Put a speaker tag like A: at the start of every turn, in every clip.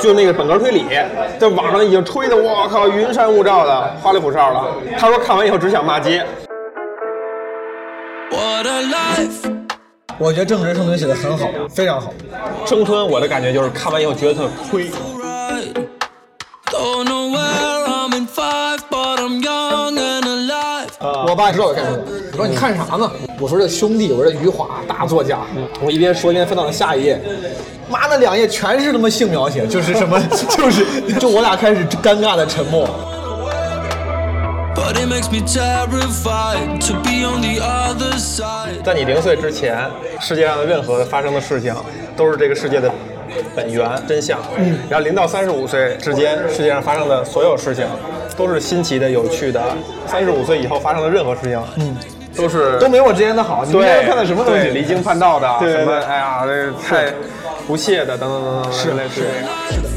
A: 就那个本格推理，在网上已经吹的我靠云山雾罩的，花里胡哨了。他说看完以后只想骂街。
B: What a life.
C: 我觉得郑执生存写的很好，非常好。
A: 生吞我的感觉就是看完以后觉得特亏，
B: Right. Don't know where I'm in five, but I'm young and alive.
C: 我爸知道我干什么，我说你看啥呢？我说这兄弟，我说这余华大作家。嗯我一边说一边翻到了下一页，妈的两页全是他妈性描写，就是什么就是就我俩开始尴尬的沉默。
B: But it makes me terrified to be on the other side.
A: 在你零岁之前，世界上的任何发生的事情都是这个世界的本源真相。然后零到三十五岁之间，世界上发生的所有事情都是新奇的、有趣的。三十五岁以后发生的任何事情，嗯，都是
C: 都没我之前的好，你们
A: 对
C: 看的什么东
A: 对
C: 西？
A: 离经叛道的，
C: 对对
A: 什么
C: 对
A: 哎呀，这太不屑的，等等等等等，是类似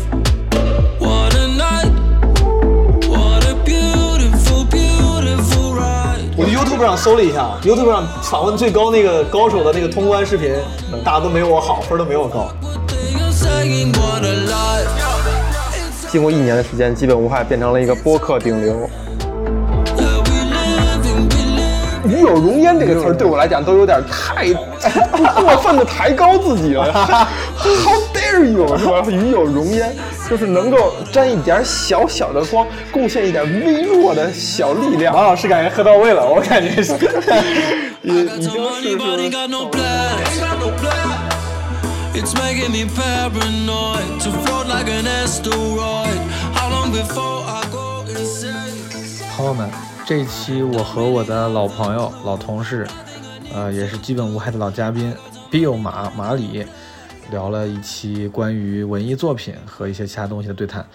A: 这样。
B: What a night. What a beautiful, beautiful ride.
C: 我 YouTube 上搜了一下，YouTube 上访问最高那个高手的那个通关视频，大家都没我好，分都没我高。
B: What they are saying, what a life.
A: 经过一年的时间，基本无害变成了一个播客顶流。
B: Yeah, we live and we live.
A: 与有容焉这个词儿对我来讲都有点太 过分的抬高自己了。How dare you 是吧？与有容焉就是能够沾一点小小的光，贡献一点微弱的小力量。王老师感觉喝到位了，我感觉是。已
B: Got
A: 已
B: some
A: 经
B: money,
A: 是
B: but
A: 说
B: ain't got no plans. It's making me paranoid to float like an asteroid. How long before I go insane?
D: 朋友们，这一期我和我的老朋友、老同事，呃，也是基本无害的老嘉宾 Bill 马马里，聊了一期关于文艺作品和一些其他东西的对谈。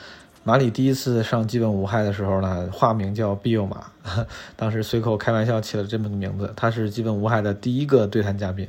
D: 马里第一次上基本无害的时候呢，化名叫 Bill 马， 当时随口开玩笑起了这么个名字。他是基本无害的第一个对谈嘉宾。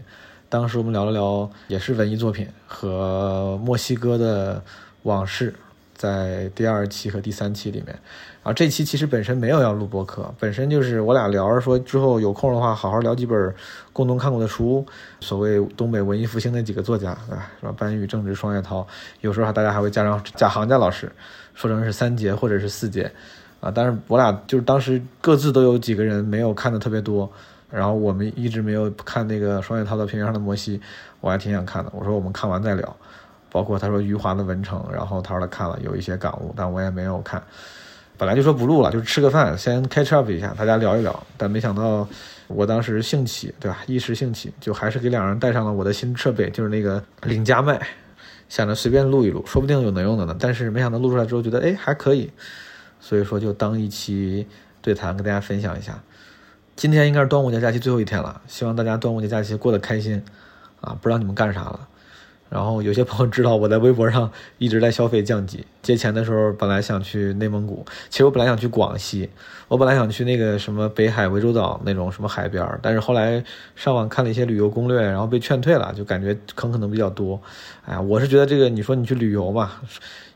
D: 当时我们聊了聊，也是文艺作品和墨西哥的往事，在第二期和第三期里面。然后这期其实本身没有要录播客，本身就是我俩聊着说之后有空的话好好聊几本共同看过的书，所谓东北文艺复兴那几个作家啊，什么班宇、郑执、双雪涛，有时候还大家还会加上贾行家老师，说成是三杰或者是四杰，啊，但是我俩就是当时各自都有几个人没有看的特别多，然后我们一直没有看那个双雪涛的《平原上的摩西》，我还挺想看的，我说我们看完再聊。包括他说余华的《文成》，然后他说他看了有一些感悟，但我也没有看。本来就说不录了，就是吃个饭，先 catch up 一下，大家聊一聊。但没想到，我当时兴起，对吧？一时兴起，就还是给两人带上了我的新设备，就是那个领家麦，想着随便录一录，说不定有能用的呢。但是没想到录出来之后，觉得哎还可以，所以说就当一期对谈跟大家分享一下。今天应该是端午节假期最后一天了，希望大家端午节假期过得开心啊！不知道你们干啥了。然后有些朋友知道我在微博上一直在消费降级。 借钱的时候，本来想去内蒙古，其实我本来想去广西，我本来想去那个什么北海涠洲岛那种什么海边儿，但是后来上网看了一些旅游攻略，然后被劝退了，就感觉坑可能比较多。哎呀，我是觉得这个，你说你去旅游嘛，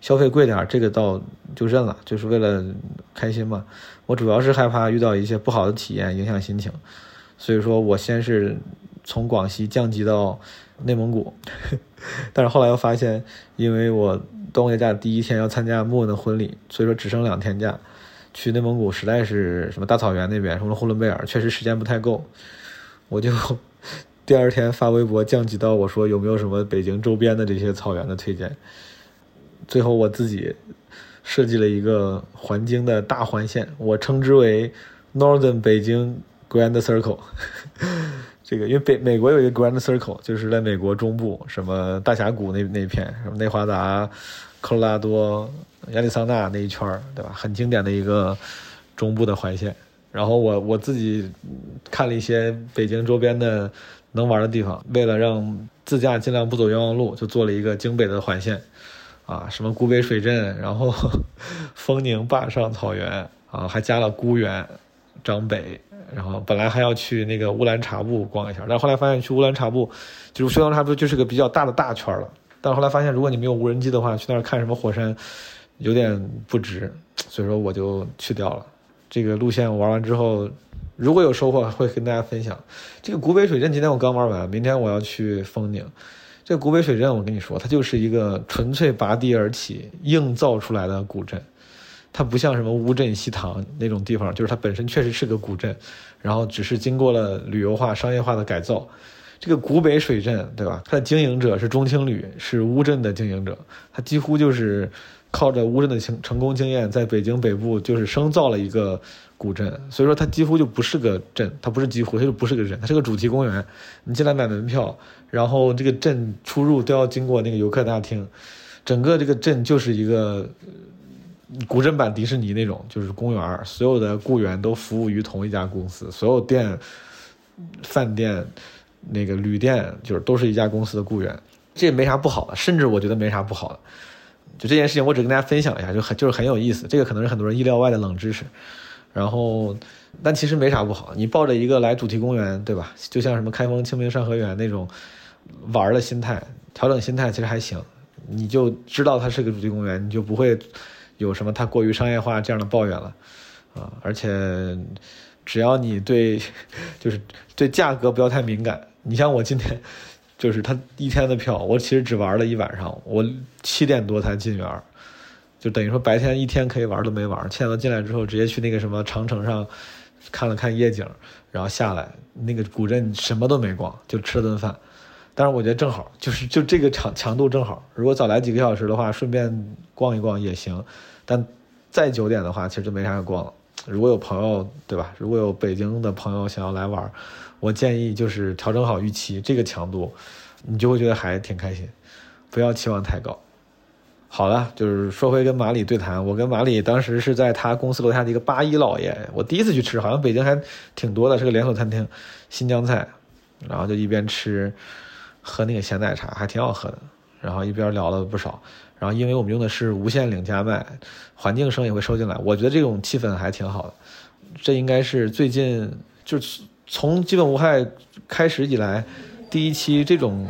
D: 消费贵点儿，这个倒就认了，就是为了开心嘛。我主要是害怕遇到一些不好的体验，影响心情。所以说我先是从广西降级到内蒙古，但是后来又发现，因为我端午节假第一天要参加莫文的婚礼，所以说只剩两天假，去内蒙古实在是什么大草原那边，什么呼伦贝尔，确实时间不太够，我就 第二天发微博降级到我说有没有什么北京周边的这些草原的推荐，最后我自己设计了一个环京的大环线，我称之为 Northern 北京 Grand Circle。这个因为北美国有一个 Grand Circle，就是在美国中部，什么大峡谷那那片，什么内华达、科罗拉多、亚利桑那那一圈儿，对吧？很经典的一个中部的环线。然后我我自己嗯看了一些北京周边的能玩的地方，为了让自驾尽量不走冤枉路，就做了一个京北的环线。啊，什么古北水镇，然后 丰宁坝上草原啊，还加了沽源、张北，然后本来还要去那个乌兰察布逛一下，但后来发现去乌兰察布，就是去乌兰察布就是个比较大的大圈了。但后来发现，如果你没有无人机的话，去那儿看什么火山，有点不值，所以说我就去掉了。这个路线我玩完之后，如果有收获，会跟大家分享。这个古北水镇今天我刚玩完，明天我要去丰宁。这古北水镇，我跟你说，它就是一个纯粹拔地而起、硬造出来的古镇。它不像什么乌镇、西塘那种地方，就是它本身确实是个古镇，然后只是经过了旅游化、商业化的改造。这个古北水镇，对吧？它的经营者是中青旅，是乌镇的经营者，它几乎就是靠着乌镇的成成功经验，在北京北部就是生造了一个古镇。所以说，它几乎就不是个镇，它不是几乎，它就不是个镇，它是个主题公园。你进来买门票，然后这个镇出入都要经过那个游客大厅，整个这个镇就是一个古镇版迪士尼那种，就是公园儿，所有的雇员都服务于同一家公司，所有店、饭店、那个旅店，就是都是一家公司的雇员，这也没啥不好的，甚至我觉得没啥不好的。就这件事情，我只跟大家分享一下，就很就是很有意思，这个可能是很多人意料外的冷知识。然后，但其实没啥不好，你抱着一个来主题公园，对吧？就像什么开封清明上河园那种玩儿的心态，调整心态其实还行，你就知道它是个主题公园，你就不会有什么它过于商业化这样的抱怨了啊！而且只要你对 就是对价格不要太敏感，你像我今天就是他一天的票，我其实只玩了一晚上，我七点多才进园儿，就等于说白天一天可以玩都没玩，七点多进来之后直接去那个什么长城上看了看夜景，然后下来那个古镇什么都没逛，就吃了顿饭。但是我觉得正好， 就是就这个强强度正好。如果早来几个小时的话，顺便逛一逛也行。但再久点的话，其实就没啥可逛了。如果有朋友，对吧？如果有北京的朋友想要来玩儿，我建议就是调整好预期，这个强度，你就会觉得还挺开心，不要期望太高。好了，就是说回跟马里对谈，我跟马里当时是在他公司楼下的一个八一老爷，我第一次去吃，好像北京还挺多的，是个连锁餐厅，新疆菜，然后就一边吃，喝那个咸奶茶，还挺好喝的，然后一边聊了不少，然后因为我们用的是无限领家麦，环境声也会收进来，我觉得这种气氛还挺好的，这应该是最近就是从基本无害开始以来第一期这种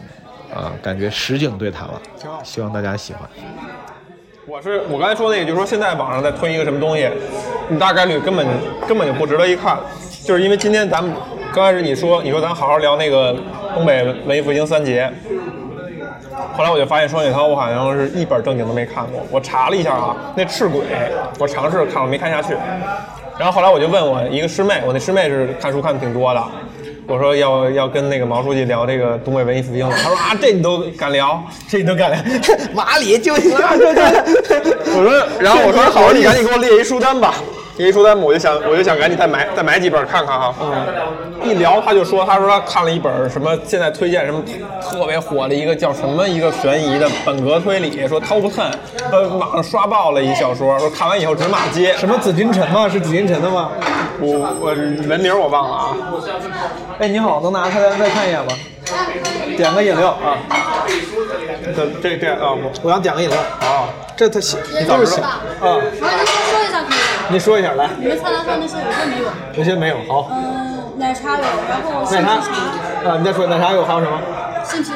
D: 啊、感觉实景对谈了，希望大家喜欢。
A: 我是我刚才说那个，就是说现在网上在推一个什么东西，你大概率根本根本就不值得一看，就是因为今天咱们刚开始你说你说咱好好聊那个东北文艺复兴三杰，后来我就发现双雪涛我好像是一本正经都没看过，我查了一下啊，那赤鬼我尝试看我没看下去，然后后来我就问我一个师妹，我那师妹是看书看的挺多的。我说要要跟那个毛书记聊这个东北文艺复兴了，他说啊，这你都敢聊，
C: 这你都敢来？马里 就
A: 我说，然后 我说好，你赶紧给我列一书单吧。列一书单吧，我就想，我就想赶紧再买再买几本看看哈。一聊他就说，他说他看了一本什么，现在推荐什么特别火的一个叫什么一个悬疑的本格推理，说 Top Ten，呃，网上刷爆了一小说，说看完以后直骂街。
C: 什么紫禁城吗？是紫禁城的吗？
A: 我我文名我忘了啊。
C: 哎，你好，能拿开来再看一眼吗？点个饮料啊，
A: 这这这啊，我
C: 我想点个饮料。
A: 啊，
C: 这他写，
E: 你
A: 早
C: 都
A: 知道
C: 是写
E: 啊
C: 啊，，
E: 我跟你先说一下可以吗？
C: 你说一下来，
E: 你们菜单上那些有些没有，
C: 有些没有。好，
E: 嗯，奶茶有，然后杏
C: 奶
E: 皮
C: 茶
E: 茶，
C: 啊，你再说奶茶有还有什么？
E: 杏皮茶，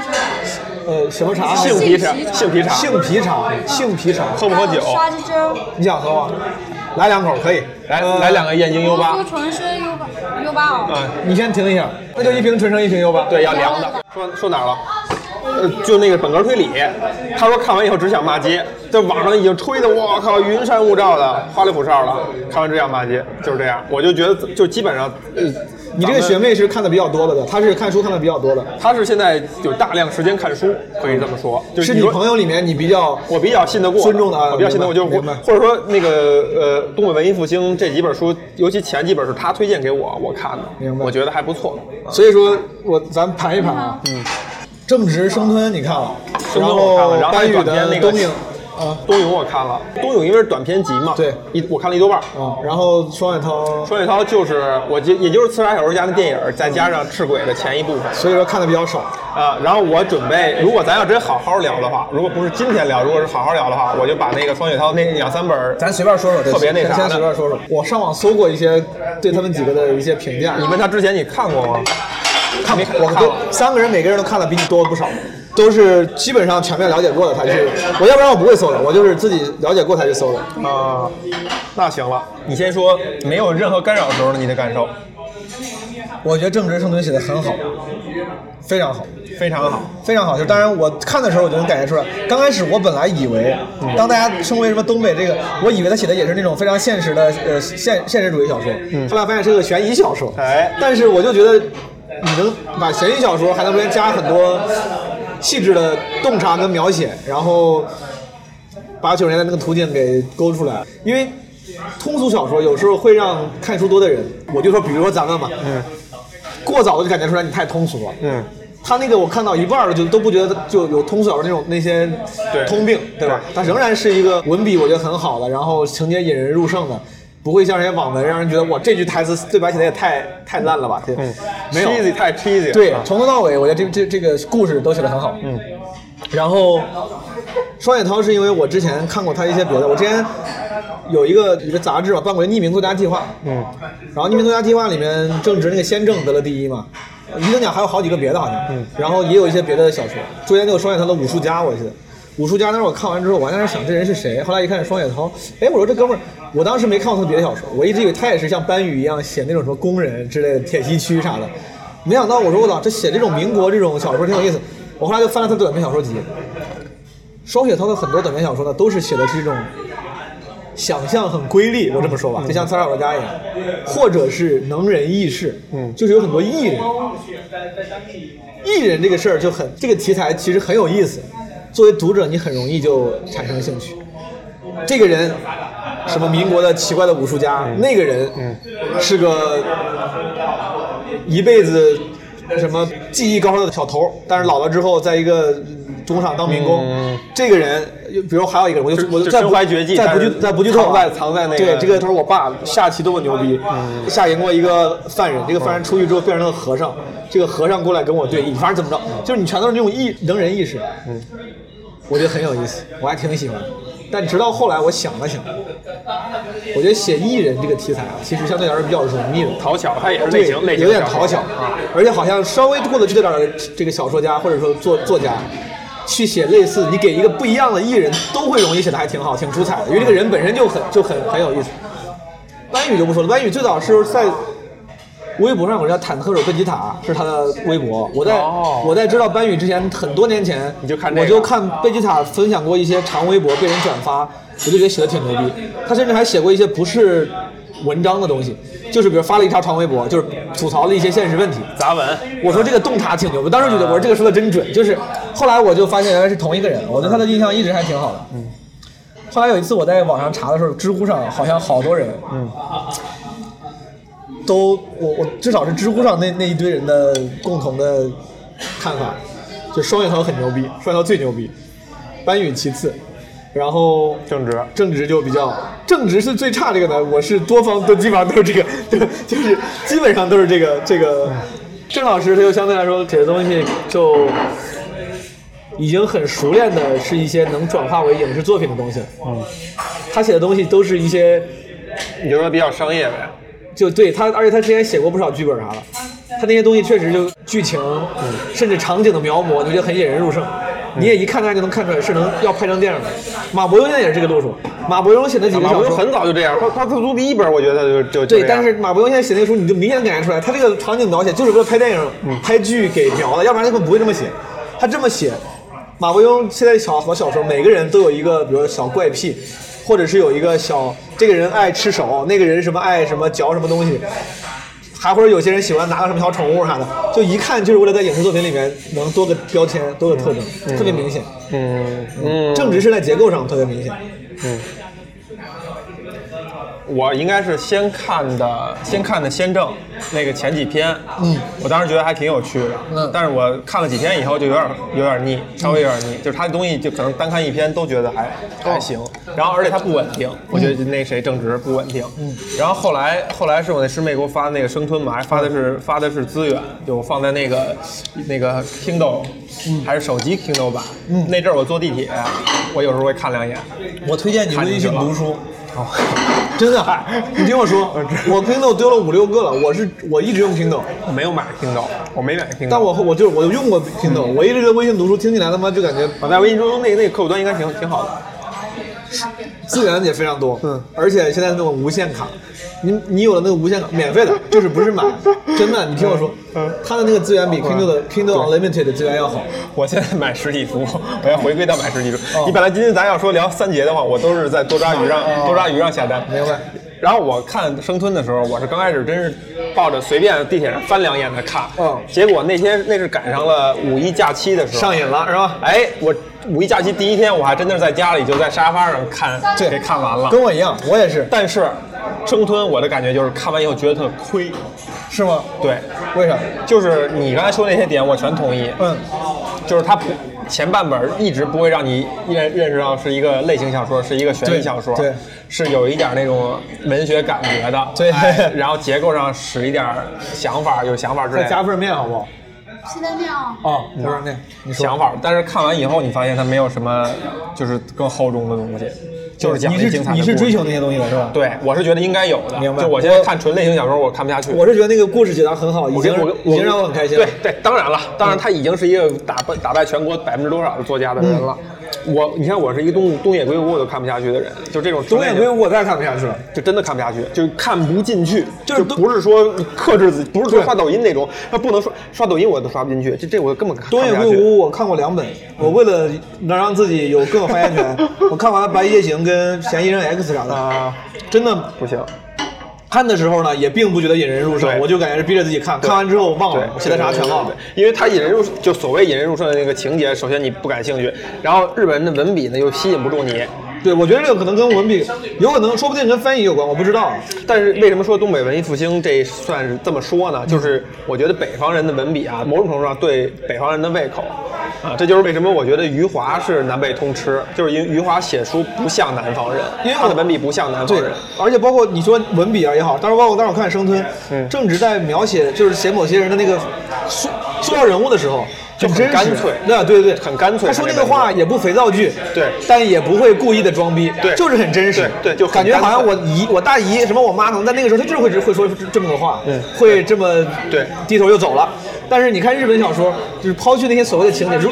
C: 呃，什么茶？
A: 杏皮茶，杏
E: 杏
A: 皮茶，
C: 杏皮茶，杏皮茶，
A: 喝不喝酒？
E: 还有沙棘汁，
C: 你想喝吗？来两口可以。
A: 来
C: 呃
A: 来两个燕京 U 八
E: 农，夫纯生 U 八 U 八哦，
A: 嗯，
C: 你先停一下，那就一瓶纯生一瓶优吧。
A: 对，要凉的。说说哪儿了？呃，就那个本格推理，他说看完以后只想骂街，这网上已经吹的，我靠，云山雾罩的，花里胡哨的，看完只想骂街，就是这样。我就觉得，就基本上，呃，
C: 你这个学妹是看的比较多了的，她是看书看的比较多的，
A: 他是现在有大量时间看书，可以这么说。就是你
C: 你
A: 说
C: 朋友里面你比较
A: 我比较信得过，
C: 尊重的啊
A: 我比较信得过，就是
C: 明白明白
A: 或者说那个呃，东北文艺复兴这几本书，尤其前几本是他推荐给我，我看的，
C: 明白
A: 我觉得还不错。
C: 所以说我咱盘一盘啊，嗯，正直生吞你看啊了，
A: 生吞我看了然后
C: 班宇
A: 短片那
C: 的
A: 个
C: 东影啊
A: 冬泳我看了，冬泳因为是短篇集嘛，
C: 对
A: 一我看了一多半儿。
C: 啊，然后双雪涛，
A: 双雪涛就是我就也就是《刺杀小说家》的电影，再加上《赤鬼》的前一部分
C: 所以说看的比较少，
A: 啊、然后我准备，如果咱要真好好聊的话，如果不是今天聊，如果是好好聊的话，我就把那个双雪涛那两三本儿，
C: 咱随便说说，
A: 特别那啥的
C: 先随便说说。我上网搜过一些对他们几个的一些评价，
A: 你问他之前你看过吗？看没看
C: 我
A: 看
C: 都
A: 了。
C: 三个人，每个人都看的比你多不少，都是基本上全面了解过的才去。我要不然我不会搜的，我就是自己了解过才去搜的。
A: 啊、那行了，你先说没有任何干扰的时候的你的感受。
C: 我觉得正直生存写的很好，非常好，非常好，非常好。就是当然我看的时候我就能感觉出来，刚开始我本来以为，当大家称为什么东北这个，我以为他写的也是那种非常现实的呃现现实主义小说，后来发现是个悬疑小说。
F: 哎
C: 但是我就觉得你能把悬疑小说还能中间加很多细致的洞察跟描写，然后把九十年代那个途径给勾出来，因为通俗小说有时候会让看书多的人，我就说，比如说咱们嘛，嗯，过早的就感觉出来你太通俗了，
F: 嗯，
C: 他那个我看到一半儿就都不觉得就有通俗小说那种那些
F: 对
C: 通病，对吧？它仍然是一个文笔我觉得很好的，然后情节引人入胜的。不会像这些网文，让人觉得哇，这句台词对白写的也太太烂了吧？对，没有
F: cheesy 太 cheesy 了。
C: 对
F: 啊，
C: 从头到尾，我觉得这这这个故事都写得很好。嗯，然后双雪涛是因为我之前看过他一些别的，我之前有一个一个杂志吧，办过一个匿名作家计划。嗯，然后匿名作家计划里面正值那个先正得了第一嘛。一等奖还有好几个别的，好像，嗯，然后也有一些别的小说，中间就有双雪涛的《武术家》，我记得，《武术家》当时我看完之后，我还在那想这人是谁，后来一看是双雪涛，哎，我说这哥们儿，我当时没看过他别的小说，我一直以为他也是像班宇一样写那种什么工人之类的铁西区啥的，没想到我说我操，这写这种民国这种小说挺有意思。我后来就翻了他的短篇小说集，双雪涛的很多短篇小说呢，都是写的是这种想象很瑰丽，我这么说吧，就像《三少小家》一样，或者是能人异士，嗯，就是有很多艺人。艺人这个事儿就很，这个题材其实很有意思，作为读者你很容易就产生兴趣。这个人，什么民国的奇怪的武术家，那个人，是个一辈子什么技艺高超的小头儿，但是老了之后在一个嗯工厂当民工。这个人，比如还有一个人，我就我
F: 就
C: 再不
F: 身怀绝技
C: 再不
F: 但
C: 剧
F: 是
C: 再不剧透啊
F: 藏在藏在那个
C: 对这个头，我爸下棋多么牛逼，下赢过一个犯人，这个犯人出去之后变成了和尚，这个和尚过来跟我对弈，反正怎么着，就是你全都是那种意能人意识。我觉得很有意思，我还挺喜欢的。但直到后来，我想了想，我觉得写艺人这个题材啊，其实相对来说比较容易的，
A: 讨巧，它也是类
C: 对，
A: 型，类型
C: 有点
A: 小说
C: 讨巧啊。而且好像稍微过得去的点儿的这个小说家或者说作作家，去写类似你给一个不一样的艺人，都会容易写的还挺好，挺出彩的，因为这个人本身就很就很很有意思。班宇就不说了，班宇最早是在微博上有个叫坦克手贝吉塔，是他的微博。我在、
A: 哦
C: 我在知道班宇之前，很多年前，
A: 你就看这个
C: 我就看贝吉塔分享过一些长微博被人转发，我就觉得写的挺牛逼。他甚至还写过一些不是文章的东西，就是比如发了一条长微博，就是吐槽了一些现实问题。
A: 杂文，
C: 我说这个洞察挺牛，我当时觉得我说这个说的真准，就是后来我就发现原来是同一个人，我对他的印象一直还挺好的。嗯。后来有一次我在网上查的时候，知乎上好像好多人，嗯，都我我至少是知乎上那那一堆人的共同的看法，就双雪涛很牛逼，双雪涛最牛逼，班宇其次，然后
F: 正直
C: 正直就比较，正直是最差这个呢，我是多方都基本上都是这个，对，就是基本上都是这个这个。郑老师他就相对来说写的东西就已经很熟练的是一些能转化为影视作品的东西了。嗯，他写的东西都是一些
F: 你就说比较商业呗。
C: 就对他，而且他之前写过不少剧本啥的，他那些东西确实就剧情，甚至场景的描摹，你就很引人入胜。你也一看他就能看出来是能要拍成电影的。马伯庸现在也是这个路数，马伯庸写的几个
F: 马
C: 小
F: 伯
C: 说
F: 庸很早就这样，他他出第一本，我觉得就就就
C: 对，
F: 这样
C: 但是马伯庸现在写那个书，你就明显感觉出来，他这个场景描写就是为了拍电影、
F: 嗯
C: 拍剧给描的，要不然他根本不会这么写。他这么写，马伯庸现在小好多小说，每个人都有一个，比如说小怪癖，或者是有一个小，这个人爱吃手，那个人什么爱什么嚼什么东西，还或者有些人喜欢拿个什么小宠物啥的，就一看就是为了在影视作品里面能多个标签、多个特征，特别明显。
F: 嗯嗯，
C: 正直是在结构上特别明显。
F: 我应该是先看的，先看的《先正》那个前几篇，嗯，我当时觉得还挺有趣的，
C: 嗯
F: 但是我看了几篇以后就有点有点腻，稍微有点腻，就是他的东西就可能单看一篇都觉得还
C: 哦
F: 还行，然后而且他不稳
C: 嗯
F: 定，我觉得那谁正直不稳定，嗯，然后后来后来是我那师妹给我发那个生吞嘛，还发的是发的是资源，就放在那个那个 Kindle
C: 嗯
F: 还是手机 Kindle 版，那阵儿我坐地铁，我有时候会看两眼，
C: 我推荐你微信读书。
F: 哦，
C: 真的，你听 我说，我 Kindle 丢了五六个了，我是我一直用 Kindle，
A: 嗯
F: 我没有买 Kindle，我没买 Kindle，
C: 但我我就我就用过 Kindle，我一直觉得微信读书听起来他妈就感觉
F: 我在微信中那那客户端应该挺挺好的。
C: 资源也非常多，
F: 嗯
C: 而且现在那种无限卡，你你有了那个无限卡，免费的，就是不是买，真的，你听我说，
A: 嗯
C: 它的那个资源比 Kindle 的 Kindle Unlimited 的资源要好，
A: 我现在买实体书， 我要回归到买实体书。
C: 哦
A: 你本来今天咱要说聊三节的话，我都是在多抓鱼上多抓鱼上下单。
C: 明白？
A: 然后我看生吞的时候，我是刚开始真是抱着随便地铁上翻两眼的看，
C: 嗯
A: 结果那天那是赶上了五一假期的时候，
C: 上瘾了是吧？
A: 哎，我五一假期第一天，我还真的是在家里就在沙发上看，
C: 对
A: 给看完了。
C: 跟我一样，我也是，
A: 但是生吞，我的感觉就是看完以后觉得特亏。
C: 是吗？
A: 对，
C: 为啥？
A: 就是你刚才说那些点，我全同意。
C: 嗯，
A: 就是它不前半本儿一直不会让你认认识到是一个类型小说，是一个悬
C: 对
A: 疑小说，
C: 对
A: 是有一点那种文学感觉的，
C: 对
A: 哎然后结构上使一点儿想法，有想法之类
C: 再加
A: 的。
C: 份面好不好？
E: 西单面啊，
C: 啊，
A: 哦
C: 加份
A: 嗯
C: 面，你说
A: 想法，但是看完以后，你发现它没有什么，就是更厚重的东西，就是讲
C: 你
A: 一精
C: 是
A: 彩的
C: 你是
A: 故事
C: 追求那些东西的是吧？
A: 对，我是觉得应该有的。
C: 明白
A: 就我现在
C: 我
A: 看纯类型小说，我看不下去。
C: 我是觉得那个故事解答很好，已
A: 我
C: 经
A: 跟我
C: 已经让我很开心了。
A: 对对，当然了，当然他已经是一个打败打败全国百分之多少的作家的人了。
C: 嗯
A: 我你看，我是一个东东野圭吾我都看不下去的人，就这种
C: 东野圭
A: 吾
C: 吾我再也看不下去了。
A: 就真的看不下去，就看不进去，就
C: 就
A: 是不是说克制自己，不是说
C: 对
A: 刷抖音那种，他不能刷刷抖音我都刷不进去，这这我根本看
C: 东野
A: 看
C: 圭
A: 不下去。
C: 吾我看过两本，我为了能让自己有更有发言权，我看完了《白夜行》跟《嫌疑人 X》啥
A: 啊
C: 的，真的
A: 不行，
C: 看的时候呢，也并不觉得引人入胜，
A: 对
C: 我就感觉是逼着自己看，
A: 对
C: 看完之后忘
A: 对
C: 哦了，我写的啥全忘了
A: 对。因为他引人入就所谓引人入胜的那个情节，首先你不感兴趣，然后日本人的文笔呢又吸引不住你，
C: 对，我觉得这个可能跟文笔，有可能说不定跟翻译有关，我不知道。啊
A: 但是为什么说东北文艺复兴这算是这么说呢？就是我觉得北方人的文笔啊，某种程度上对北方人的胃口啊，这就是为什么我觉得余华是南北通吃，就是因为余华写书不像南方人，
C: 因为我
A: 他的文笔不像南方
C: 对
A: 人。，
C: 而且包括你说文笔啊也好，但是包括当时我看生
A: 嗯
C: 吞，正直在描写就是写某些人的那个塑塑造人物的时候，
A: 就很
C: 真实
A: 干脆
C: 那对对，
A: 很干脆
C: 他说那
A: 他
C: 个
A: 那个
C: 话也不肥皂剧，
A: 对
C: 但也不会故意的装逼，
A: 对
C: 就是很真实，
A: 对对就很
C: 感觉
A: 干脆
C: 好像我姨、我大姨什么我妈可能在那个时候，她就是会会说这么个话，
A: 嗯
C: 会这么
A: 对
C: 低头就走了。但是你看日本小说，就是抛去那些所谓的情节，如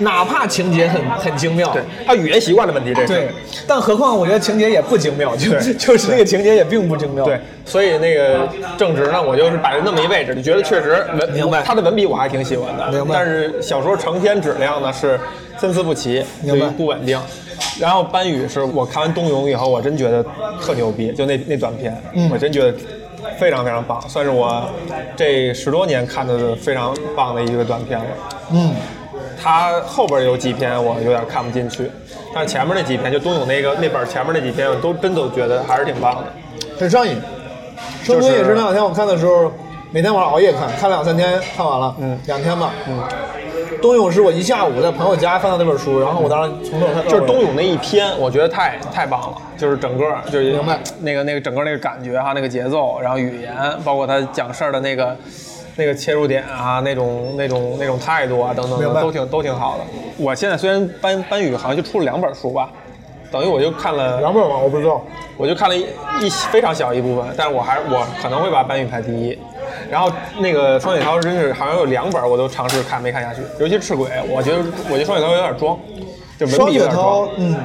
C: 哪怕情节很很精妙，
A: 对他语言习惯的问题， 这是
C: 对，但何况我觉得情节也不精妙，就
A: 对
C: 就是那个情节也并不精妙。
A: 对，所以那个正直呢，我就是摆在那么一位置，就觉得确实文
C: 明白
A: 他的文笔我还挺喜欢的，
C: 明白
A: 但是小说成篇质量呢是参差不齐，
C: 明
A: 就
C: 白
A: 不稳定。然后班宇是我看完《冬泳》以后，我真觉得特牛逼，就那那短片，
C: 嗯
A: 我真觉得。非常非常棒，算是我这十多年看的非常棒的一个短片了。
C: 嗯，
A: 他后边有几篇我有点看不进去，但是前面那几篇，就冬泳那个那本前面那几篇，我都真都觉得还是挺棒的。
C: 很上瘾。生
A: 就
C: 吞
A: 是
C: 也是那两天我看的时候，每天晚上熬夜看，看两三天看完了，
A: 嗯
C: 两天吧，嗯。冬泳是我一下午在朋友家翻到那本书，然后我当时从头看到 尾。
A: 就是冬泳那一篇，我觉得太太棒了，就是整个就是
C: 明白
A: 那个那个整个那个感觉啊哈、那个节奏，然后语言，包括他讲事儿的那个那个切入点啊，那种那种那种态度啊等等
C: 明
A: 的，
C: 白
A: 都挺都挺好的。我现在虽然班班宇好像就出了两本书吧，等于我就看了
C: 两本吧，我不知道。
A: 我就看了一一非常小一部分，但是我还我可能会把班宇排第一。然后那个双雪涛真是好像有两本我都尝试看没看下去，尤其赤鬼，我觉得我觉得双雪涛有点装，就文
C: 双
A: 笔有
C: 雪
A: 点装
C: 涛。，嗯，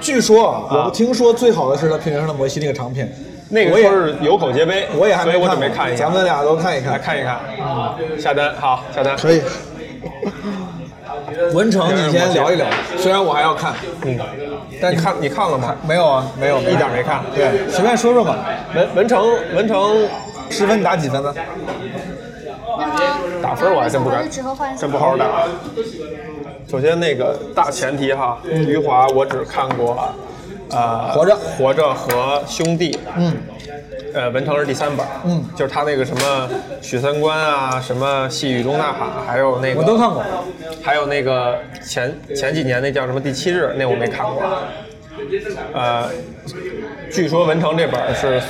C: 据说啊，
A: 啊
C: 我听说最好的是他《平原上的摩西》那个长篇，
A: 那个
C: 我也
A: 说是有口皆碑，
C: 我也还
A: 所
C: 没
A: 以我
C: 看
A: 准
C: 过
A: 备看一下，
C: 咱们俩都看一
A: 来
C: 看，
A: 看一看，下单好，下单
C: 可以。文成，你先聊一聊，虽然我还要看，
A: 嗯，
C: 但
A: 你看你看了吗？
C: 没有啊，没有，
A: 一点没看
C: 对，随便说说吧。
A: 文文成文成
C: 十分你打几分呢？
E: 那个
A: 打分我还真不敢
E: 只和幻想
A: 真不好好打。首先那个大前提哈，余华我只看过，呃，
C: 活着
A: 活着和兄弟，
C: 嗯，
A: 呃，文成是第三本，
C: 嗯，
A: 就是他那个什么许三观啊，什么细雨中呐喊，还有那个
C: 我都看过，
A: 还有那个前前几年那叫什么第七日，那我没看过，呃，据说文成这本儿是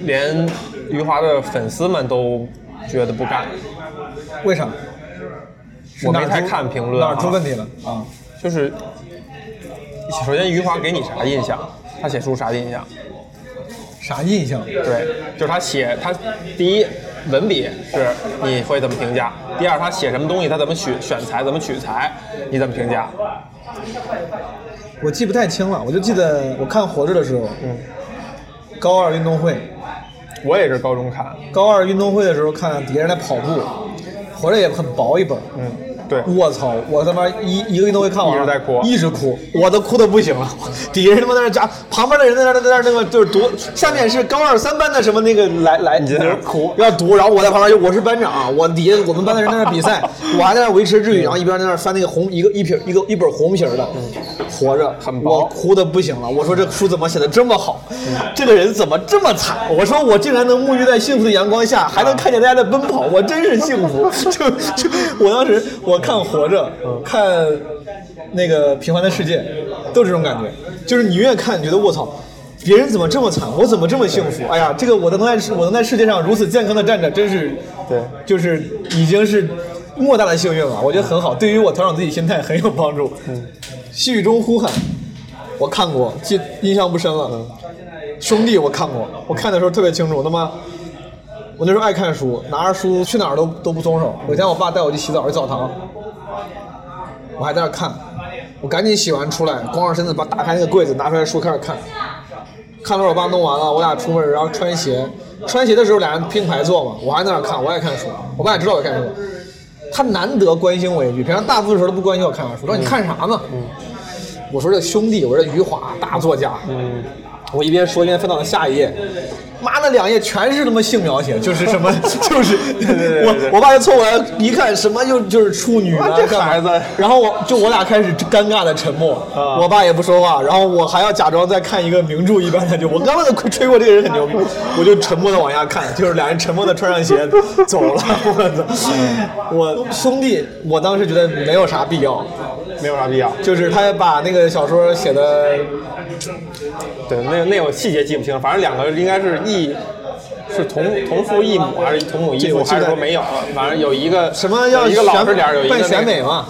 A: 连余华的粉丝们都觉得不干，
C: 为啥？
A: 我没
C: 哪儿
A: 太
C: 出
A: 看评论
C: 哪儿出
A: 啊
C: 问题了啊？
A: 就是首先余华给你啥印象？他写书啥印象？
C: 啥印象？
A: 对，就是他写他第一文笔是你会怎么评价？第二他写什么东西，他怎么选选材，怎么取材，你怎么评价？
C: 我记不太清了，我就记得我看活着的时候，嗯，高二运动会，
A: 我也是高中看，
C: 高二运动会的时候看别人在跑步，活着也很薄一本，嗯，
A: 对，
C: 我操！我他妈一一个运动会看完，
A: 一直在哭嗯
C: 一直哭，我都哭的不行了。底下人他妈在那夹，旁边的人在那在那那个就是读，下面是高二三班的什么那个来来，你
A: 在那哭
C: 要读，然后我在旁边就我是班长，我底下我们班的人在那比赛， 我还在那维持
A: 嗯
C: 秩序，然后一边在那翻那个红一个一瓶一个一本红皮儿的，活着
A: 嗯很薄
C: 我哭的不行了。我说这书怎么写的这么好？这个人怎么这么惨？我说我竟然能沐浴在幸福的阳光下，还能看见大家在奔跑，我真是幸福。就就我当时我看《活着》，看那个《平凡的世界》，都是这种感觉，就是你越看你觉得卧槽。别人怎么这么惨？我怎么这么幸福？哎呀，这个我能在世，我能在世界上如此健康的站着，真是，
A: 对
C: 就是已经是莫大的幸运了。我觉得很好，对于我调整自己心态很有帮助。嗯，细雨中呼喊，我看过，记印象不深了。嗯兄弟，我看过，我看的时候特别清楚。他妈，我那时候爱看书，拿着书去哪儿都都不松手。有一天我爸带我去洗澡，去澡堂，我还在那儿看，我赶紧洗完出来，光着身子把打开那个柜子，拿出来书开始看。看到我爸弄完了，我俩出门，然后穿鞋，穿鞋的时候俩人并排坐嘛，我还在那儿看，我也看书，我爸也知道我看书，他难得关心我一句，平常大部分时候都不关心我看啥书，说你看啥呢？我说这兄弟，我说这余华大作家，
A: 嗯
C: 我一边说一边翻到了下一页，妈的两页全是他妈性描写，就是 什么就是
A: 对对对
C: 我我爸就凑过来一看，什么又就是处女啊
A: 啊，这
C: 干嘛
A: 孩子
C: 然后我就我俩开始尴尬的沉默，
A: 啊
C: 我爸也不说话，然后我还要假装在看一个名著一般的，就我刚刚都吹过这个人很牛逼，我就沉默的往下看，就是俩人沉默的穿上鞋走了，我操！
A: 嗯
C: 我兄弟，我当时觉得没有啥必要，
A: 没有啥必要。
C: 就是他把那个小说写的，
A: 对，那那我细节记不清，反正两个应该是异，是同同父异母还是同母异
C: 这我
A: 父，
C: 记
A: 还
C: 得
A: 是说没有了？反正有一个
C: 什么要
A: 有一个老
C: 选
A: 实点儿，有一个
C: 办选
A: 那
C: 美嘛，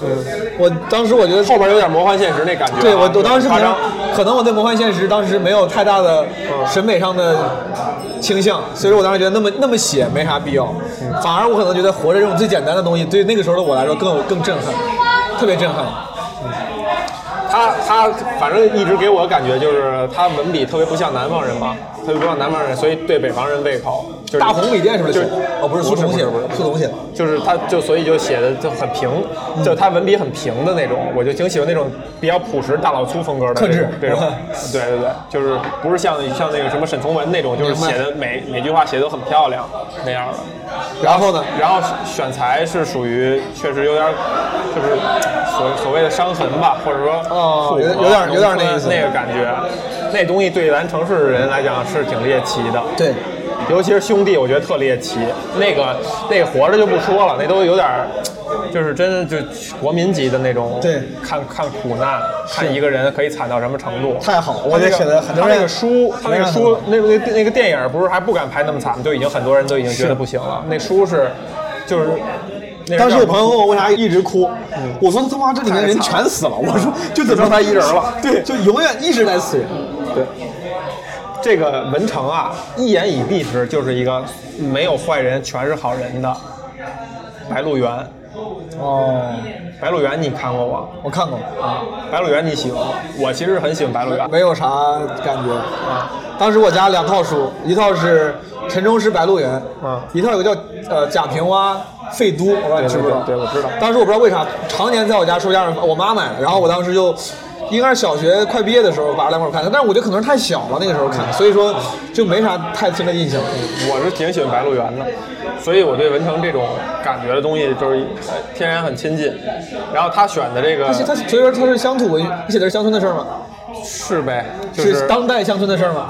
C: 我当时我觉得
A: 后边有点魔幻现实那感觉啊。
C: 对我，我当时可
A: 夸张嗯
C: 能可能我对魔幻现实当时没有太大的审美上的倾向，所以说我当时觉得那么那么写没啥必要，
A: 嗯
C: 反而我可能觉得活着这种最简单的东西，对那个时候的我来说更有更震撼，特别震撼。
A: 他他反正一直给我的感觉就是他文笔特别不像南方人嘛，特别不像南方人，所以对北方人胃口。就是
C: 大红李健是不是
A: 就
C: 写的？哦，不是苏
A: 不是
C: 童写的
A: 不是，不是
C: 苏童写的。
A: 就是他就所以就写的就很平，
C: 嗯
A: 就他文笔很平的那种，我就挺喜欢那种比较朴实大老粗风格的
C: 克制
A: 这 种，这种对对对，就是不是像像那个什么沈从文那种，就是
C: 明白
A: 写的每每句话写的都很漂亮那样的。
C: 然后呢？
A: 然后选材是属于确实有点儿，就是所所谓的伤痕吧，或者说
C: 哦
A: 复古啊
C: 有点有点有点那
A: 农
C: 意思
A: 村那个感觉，那东西对咱城市人来讲是挺猎奇的。
C: 对，
A: 尤其是兄弟，我觉得特猎奇。那个那个活着就不说了，那都有点儿，就是真的就国民级的那种。
C: 对
A: 看看苦难，看一个人可以惨到什么程度。
C: 太好了
A: 他
C: 我觉得
A: 那个
C: 写得
A: 他
C: 很
A: 那
C: 能
A: 个
C: 让
A: 书，他那个
C: 能让
A: 书
C: 人
A: 那那那个电影不是还不敢拍那么惨，就已经很多人都已经觉得不行了。那书是就是。那是
C: 当时有
A: 叫
C: 朋友问我为啥一直哭，
A: 嗯
C: 我说他妈这里面人全死了，我说就只剩他一人了， 对，就永远一直在死人。
A: 这个文成啊，一言以蔽之，就是一个没有坏人，全是好人的白鹿原。
C: 哦，
A: 白鹿原你看过吗？
C: 我看过，
A: 白鹿原你喜欢吗？我其实很喜欢白鹿原。
C: 没有啥感觉。当时我家两套书，一套是《陈忠实白鹿原》，
A: 嗯
C: 一套有个叫呃贾平凹《废都》，我不知道你知不知道？
A: 对对对我知道
C: 当时我不知道为啥，常年在我家书架上，我妈买的，然后我当时就。应该是小学快毕业的时候把这两本看的，但是我觉得可能是太小了，那个时候看，所以说就没啥太深的印象。
A: 我是挺喜欢白鹿原的，所以我对文成这种感觉的东西就是呃天然很亲近。然后他选的这个
C: 他他所以说他是乡土文，你写的是乡村的事儿吗？
A: 是呗，就是
C: 当代乡村的事儿吗？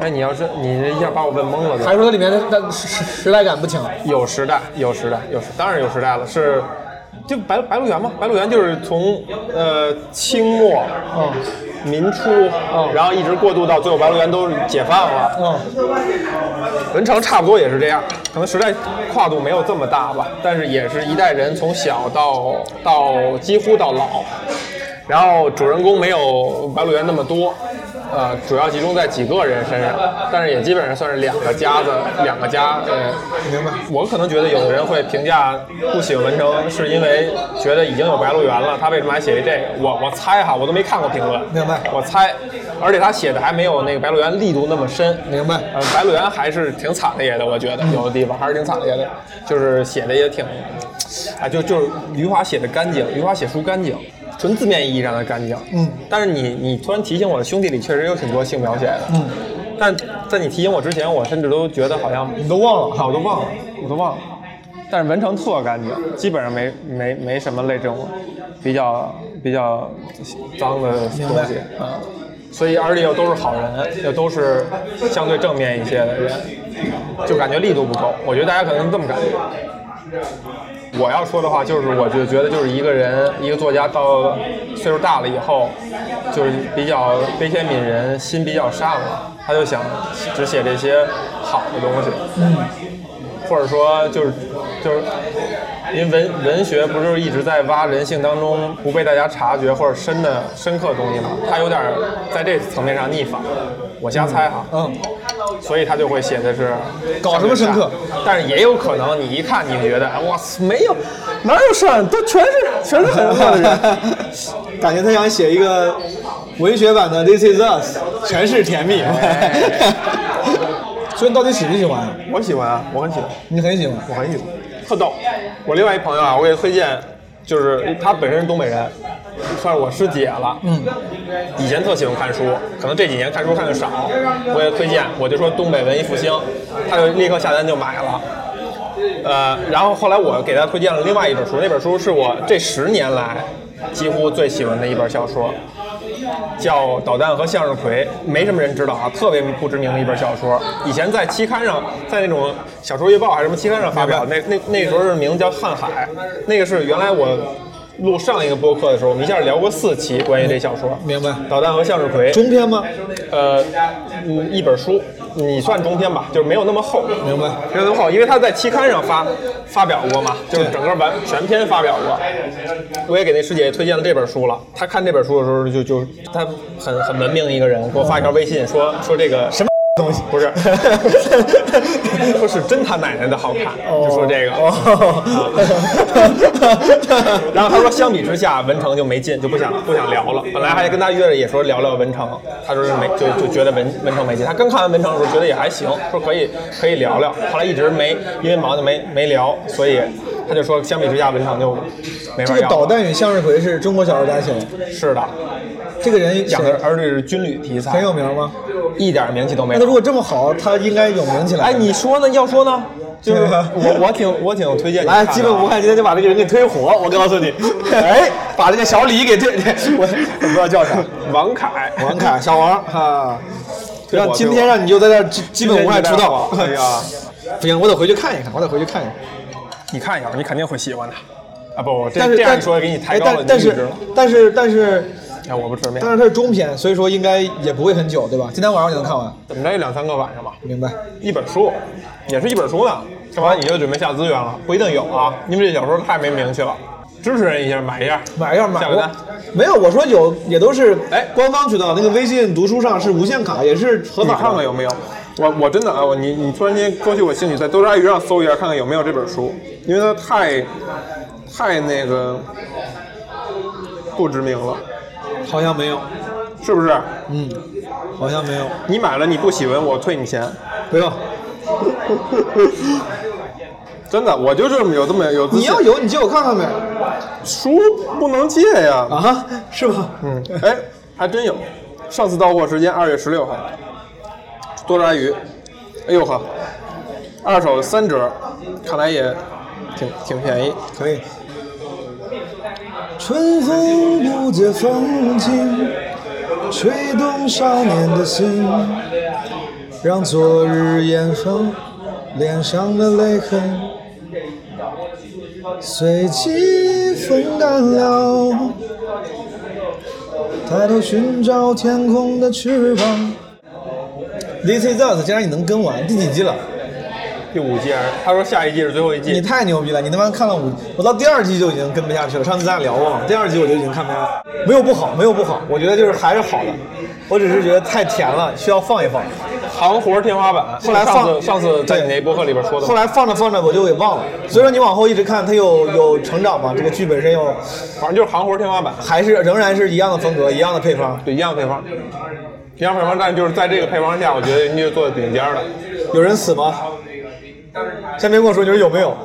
A: 哎，你要是你这一下把我问懵了就，
C: 还是说它里面的它时时代感不强？
A: 有时代，有时代，有时当然有时代了，是就白白鹿原嘛，白鹿原就是从呃清末。
C: 嗯
A: 民初，然后一直过渡到最后白鹿原都是解放了，
C: 嗯，
A: 文成差不多也是这样，可能时代跨度没有这么大吧，但是也是一代人从小到到几乎到老，然后主人公没有白鹿原那么多，呃，主要集中在几个人身上，但是也基本上算是两个家子，两个家。对，明白。我可能觉得有的人会评价不喜欢文成，是因为觉得已经有《白鹿原》了，他为什么还写一这个？我我猜哈，我都没看过评论。
C: 明白
A: 我猜，而且他写的还没有那个《白鹿原》力度那么深。
C: 明白
A: 呃，《白鹿原》还是挺惨烈的，我觉得有的地方还是挺惨烈的，就是写的也挺，啊，就就是余华写的干净，余华写书干净，纯字面意义上的干净。嗯，但是你你突然提醒我的兄弟里确实有挺多性描写的。嗯，但在你提醒我之前，我甚至都觉得好像
C: 你都忘了
A: 啊，我都忘了，我都忘了。但是文成特干净，基本上没没没什么类政物，比较比较脏的
C: 明白
A: 东西啊。所以，而且又都是好人，又都是相对正面一些的人，就感觉力度不够。我觉得大家可能这么感觉。我要说的话就是，我就觉得就是一个人，一个作家到岁数大了以后，就是比较悲天悯人，心比较善了，他就想只写这些好的东西。嗯。或者说就是就是，因为文文学不是一直在挖人性当中不被大家察觉或者深的深刻的东西吗？他有点在这层面上逆反，我瞎猜哈。
C: 嗯，
A: 所以他就会写的是
C: 搞什么深刻，
A: 但是也有可能你一看你觉得，哇塞，没有哪有善，都全是全是很恶的人。
C: 感觉他想写一个文学版的《This Is Us》，全是甜蜜。 哎所以你到底喜不喜欢？
A: 我喜欢啊，我很喜欢。
C: 你很喜欢。
A: 我很喜欢，特逗。我另外一朋友啊，我给推荐，就是他本身是东北人，算是我师姐了。嗯，以前特喜欢看书，可能这几年看书看的少，我也推荐，我就说东北文艺复兴，他就立刻下单就买了。呃，然后后来我给他推荐了另外一本书，那本书是我这十年来几乎最喜欢的一本小说，叫《导弹和向日葵》，没什么人知道啊，特别不知名的一本小说。以前在期刊上，在那种小说月报还是什么期刊上发表，那那那时候是名字叫《瀚海》，那个是原来我录上一个播客的时候，我们一下聊过四期关于这小说。
C: 明白
A: 导弹和向日葵》
C: 中篇吗？
A: 呃，嗯，一本书，你算中篇吧，就是没有那么厚，
C: 明白
A: 没有那么厚，因为他在期刊上发发表过嘛，就是整个完全篇发表过。我也给那师姐推荐了这本书了，她看这本书的时候就就她很很文明的一个人，给我发一条微信说说这个什么。东西不是， 说是真他奶奶的好看，就说这个。啊 然后他说，相比之下，文成就没劲，就不想不想聊了。本来还跟他约着也说聊聊文成，他说是没就就觉得文文成没劲。他刚看完文成的时候觉得也还行，说可以可以聊聊。后来一直没因为忙就没没聊，所以他就说，相比之下，文成就没
C: 这
A: 法
C: 个
A: 要
C: 《
A: 了。
C: 导弹与向日葵》是中国小说家写的，
A: 是的，
C: 这个人写
A: 讲的而且是军旅题材，
C: 很有，名吗？
A: 一点名气都没有。
C: 那他如果这么好，他应该有名起来。
A: 哎，你说呢？要说呢？就是我，我挺我挺推荐你看
C: 来，
A: 的啊
C: 基本无害，今天就把这个人给推火。我告 诉你，哎，把这个小李给推， 我我不知道叫啥，
A: 王凯，
C: 王凯，小 王哈。
A: 推火
C: 让今天让你就在这儿基基本无害出 道。
A: 哎呀，
C: 不行，我得回去看一看，我得回去看一看。
A: 你看一下，你肯定会喜欢的。啊不，我这
C: 但是
A: 这样
C: 但
A: 一说给你抬
C: 哎
A: 高了，
C: 但
A: 你
C: 是
A: 阈值了。
C: 但是但是
A: 哎，我不吃面
C: 但，是它是中篇，所以说应该也不会很久，对吧？今天晚上就能看完，
A: 怎么着也两三个晚上吧。
C: 明白？
A: 一本书，也是一本书呢。这玩意儿你就准备下资源了，不一定有啊，因为这小说太没名气了。支持人一下，买一下，
C: 买一下买
A: 下个
C: 我
A: 单。
C: 没有，我说有也都是
A: 哎
C: 官方渠道，那个微信读书上是无限卡，也是合
A: 你
C: 法的。
A: 看看有没有？我我真的啊，我你你突然间勾起我兴趣，在豆沙鱼上搜一下，看看有没有这本书，因为它太太那个不知名了，
C: 好像没有，
A: 是不是？
C: 嗯，好像没有，
A: 你买了你不喜欢，我退你钱，
C: 不用。
A: 真的，我就这么有这么有自
C: 你
A: 信。
C: 要有你借我看看呗。
A: 书不能借呀，
C: 啊，是吧？
A: 嗯，哎，还真有。上次到货时间二月十六号，多抓鱼，哎呦呵，二手三折，看来也挺挺便宜。
C: 可以。春风不解风情，吹动少年的心，让昨日烟风脸上的泪痕随其风干了。抬头寻找天空的翅膀。This is us，竟然你能跟完第几季了？
A: 第五季还是？他说下一季是最后一
C: 你
A: 季。
C: 太牛逼了！你他妈看了五，我到第二季就已经跟不下去了。上次咱俩聊过嘛，第二季我就已经看不下去了，没有不好，没有不好，我觉得就是还是好的。我只是觉得太甜了，需要放一放。
A: 行活天花板。
C: 后来
A: 上
C: 放
A: 次上次在
C: 对
A: 你那博客里边说的嘛，
C: 后来放着放着我就给忘了，所以说你往后一直看，它有有成长嘛，这个剧本身有，
A: 反正就是行活天花板，
C: 还是仍然是一样的风格，一样的配方。
A: 对一样的配方，一样配方，但就是在这个配方下，我觉得人家做的顶尖儿的。
C: 有人死吗？先别跟我说你说有没有，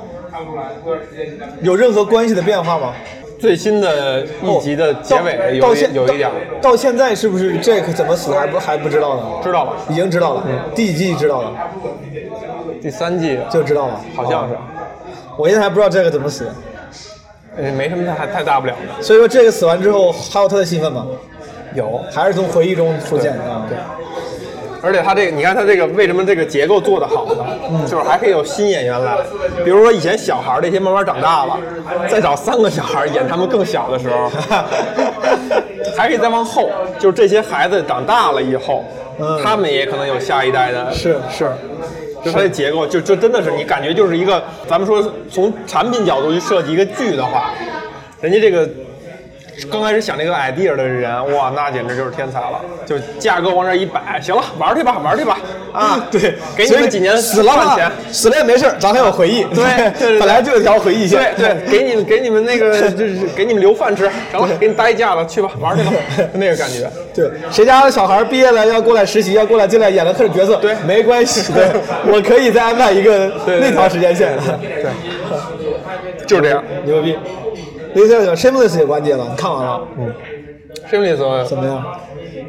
C: 有任何关系的变化吗？哦
A: 最新的一集的结尾
C: 到
A: 有
C: 到
A: 一
C: 现
A: 有一点儿
C: 到，到现在是不是 Jack 怎么死还不还不知道呢？
A: 知道吧？
C: 已经知道了，
A: 嗯
C: 第几季知道了
A: 第三季
C: 就知道了，
A: 好像是
C: 哦。我现在还不知道 Jack 怎么死，
A: 呃没什么太太大不了的。
C: 所以说 Jack 死完之后还有他的戏份吗？
A: 有，
C: 还是从回忆中出现的啊？对。
A: 而且它这个，你看它这个为什么这个结构做得好呢？就是还可以有新演员来，比如说以前小孩儿这些慢慢长大了，再找三个小孩儿演他们更小的时候，还可以再往后，就是这些孩子长大了以后，
C: 嗯
A: 他们也可能有下一代的
C: 是是，
A: 就它的结构，就就真的是你感觉就是一个，咱们说从产品角度去设计一个剧的话，人家这个刚开始想这个 idea 的人，哇，那简直就是天才了，就价格往这儿一摆，行了，玩儿去吧，玩儿去吧， 啊，
C: 对，
A: 给你
C: 嗯所以
A: 们几年
C: 死了
A: 饭
C: 吧
A: 钱。
C: 死了也没事儿，咱还有回忆。
A: 对 对 对对
C: 本来就有条回忆线
A: 对。对， 给你们给你们那 个就是给你们留饭吃，行了，给你搭一架子去吧，玩儿去吧， 就那个感觉。
C: 对，谁家的小孩毕业了要过来实习，要过来进来演个特种角色，
A: 对
C: 没 关系，对，我可以再安排一个
A: 对对
C: 那条时间线的，
A: 就是这样。
C: 牛逼。雷塞尔 Shameless 也完结了，你看完了？嗯，
A: 什么意思？
C: 怎么样？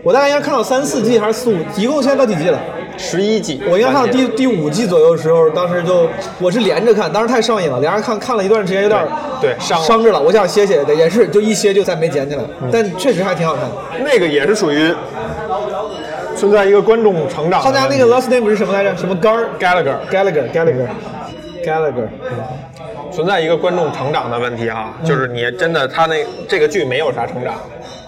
C: 我大概应该看到三四季还是四五，一共现在到几季了？
A: 十一季，
C: 我应该看到
A: 完结
C: 第第五季左右的时候，当时就我是连着看，当时太上瘾了，连着看看了一段时间，有点
A: 对对伤了
C: 嗯伤着了。我嗯想歇歇的，也是就一歇就再没捡起来，但确实还挺好看的。
A: 那个也是属于存在一个观众成长的问题。
C: 他家那个 last name 是什么来着？什么杆儿
A: Gallagher
C: Gallagher Gallagher Gallagher？
A: 存在一个观众成长的问题哈、就是你真的他那这个剧没有啥成长，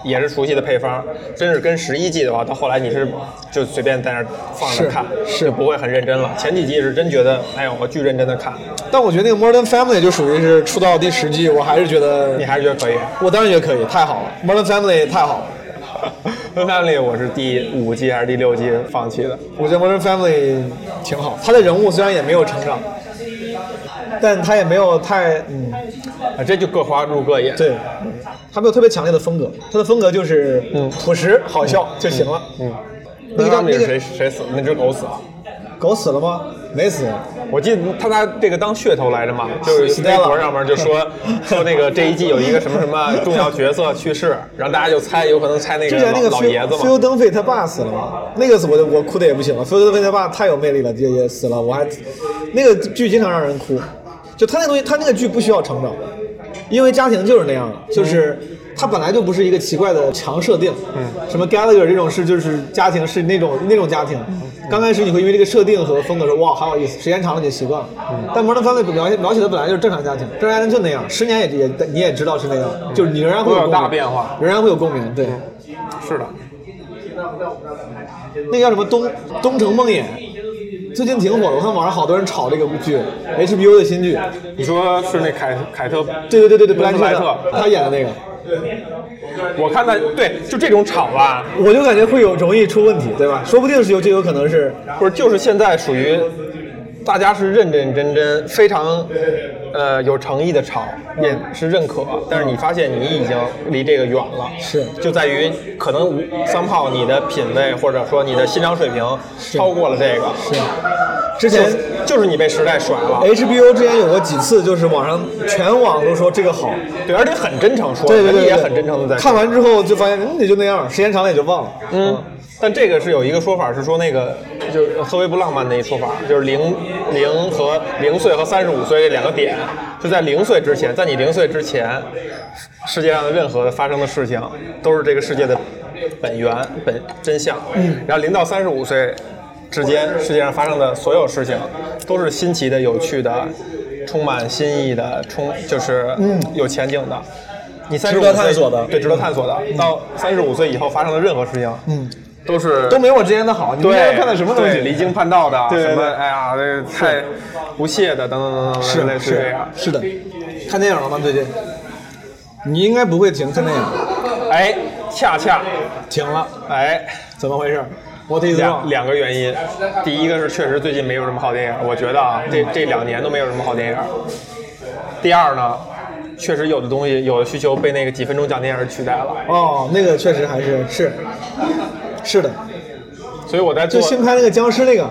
A: 也是熟悉的配方，真是跟十一季的话，到后来你是就随便在那儿放着
C: 是
A: 看，
C: 是
A: 就不会很认真了。前几集是真觉得，哎呦，我巨认真的看，
C: 但我觉得那个 Modern Family 就属于是出到第十季，我还是觉得
A: 你还是觉得可以。
C: 我当然觉得可以，太好了，Modern Family 太好了。
A: 《Family》我是第五季还是第六季放弃的，
C: 我觉得 Modern Family 挺好，他的人物虽然也没有成长，但他也没有太嗯，
A: 啊，这就各花入各眼。
C: 对，他没有特别强烈的风格，他的风格就是
A: 嗯
C: 朴实好笑就行了。
A: 嗯，那
C: 那个
A: 个
C: 叫
A: 那
C: 那
A: 是
C: 个
A: 谁谁死了？那只狗死了。
C: 狗死了吗？没死，
A: 我记得他拿这个当噱头来着嘛，就是微博上面就 说说那个这一季有一个什么什么重要角色去世，然后大家就猜，有可能猜那个
C: 之前那
A: 老
C: 个
A: 老
C: 菲
A: 爷子
C: 菲欧
A: 嘛。
C: 登费他爸死了吗？那个死我就我哭的也不行了。菲欧登费他爸太有魅力了，也也死了，我还那个剧经常让人哭。就他那东西，他那个剧不需要成长，因为家庭就是那样的，就是
A: 嗯
C: 他本来就不是一个奇怪的强设定。嗯，什么 Gallagher 这种事，就是家庭是那种那种家庭。
A: 嗯
C: 刚开始你会因为这个设定和风格说哇好有意思，时间长了你就习惯了。
A: 嗯
C: 但 Modern Family 描写描写的本来就是正常家庭，正常家庭就那样，十年也也你也知道是那样，就是你仍然会有
A: 嗯不会有
C: 共鸣
A: 大变化，嗯
C: 仍然会有共鸣，对。
A: 是的，
C: 那个叫什么东东城梦魇，最近挺火的，我看网上好多人炒这个剧，HBO 的新剧。
A: 你说是那凯凯特？
C: 对对对对对，布兰
A: 布
C: 切
A: 莱
C: 特
A: 特
C: 他演的那个，
A: 我看他对，就这种啊吵吧，
C: 我就感觉会有容易出问题，对吧？说不定是有就有可能是
A: 不是就是现在属于大家是认认真真，非常呃有诚意的吵，也是认可，但是你发现你已经离这个远了，
C: 是
A: 就在于可能无 somehow 你的品味或者说你的欣赏水平超过了这个，是
C: 之前
A: 就是你被时代甩了，
C: HBO 之前有过几次，就是网上全网都说这个好，
A: 对，而且很真诚说，
C: 对对对，
A: 人家
C: 对
A: 也很真诚的在说
C: 看完之后就发现，嗯，也就那样，时间长了也就忘了。
A: 嗯，但这个是有一个说法是说那个就是特别不浪漫的一说法，就是零零和零岁和三十五岁这两个点，就在零岁之前，在你零岁之前，世界上的任何的发生的事情都是这个世界的本源本真相，
C: 嗯
A: 然后零到三十五岁。之间，世界上发生的所有事情，都是新奇的、有趣的，充满新意的，充就是有前景的。你三十
C: 嗯值得探索的
A: 对，值得探索的。到三十五岁以后发生的任何事情，嗯，都是
C: 都没我之前的好，你们之前
A: 对
C: 看的什么东西？
A: 对离经叛道的，
C: 对对
A: 什么
C: 对
A: 哎呀，这太不屑的，等等等等等，
C: 是
A: 类似这
C: 是
A: 样。
C: 是的，看电影了吗？最近？你应该不会停看电影。
A: 哎，恰恰
C: 停了，
A: 哎，
C: 怎么回事？我的意思是，
A: 两两个原因，第一个是确实最近没有什么好电影，我觉得啊，
C: 嗯
A: 这这两年都没有什么好电影。第二呢，确实有的东西有的需求被那个几分钟讲电影取代了，
C: 哦，那个确实还是是是的，
A: 所以我在
C: 就
A: 做。
C: 新拍那个僵尸那个，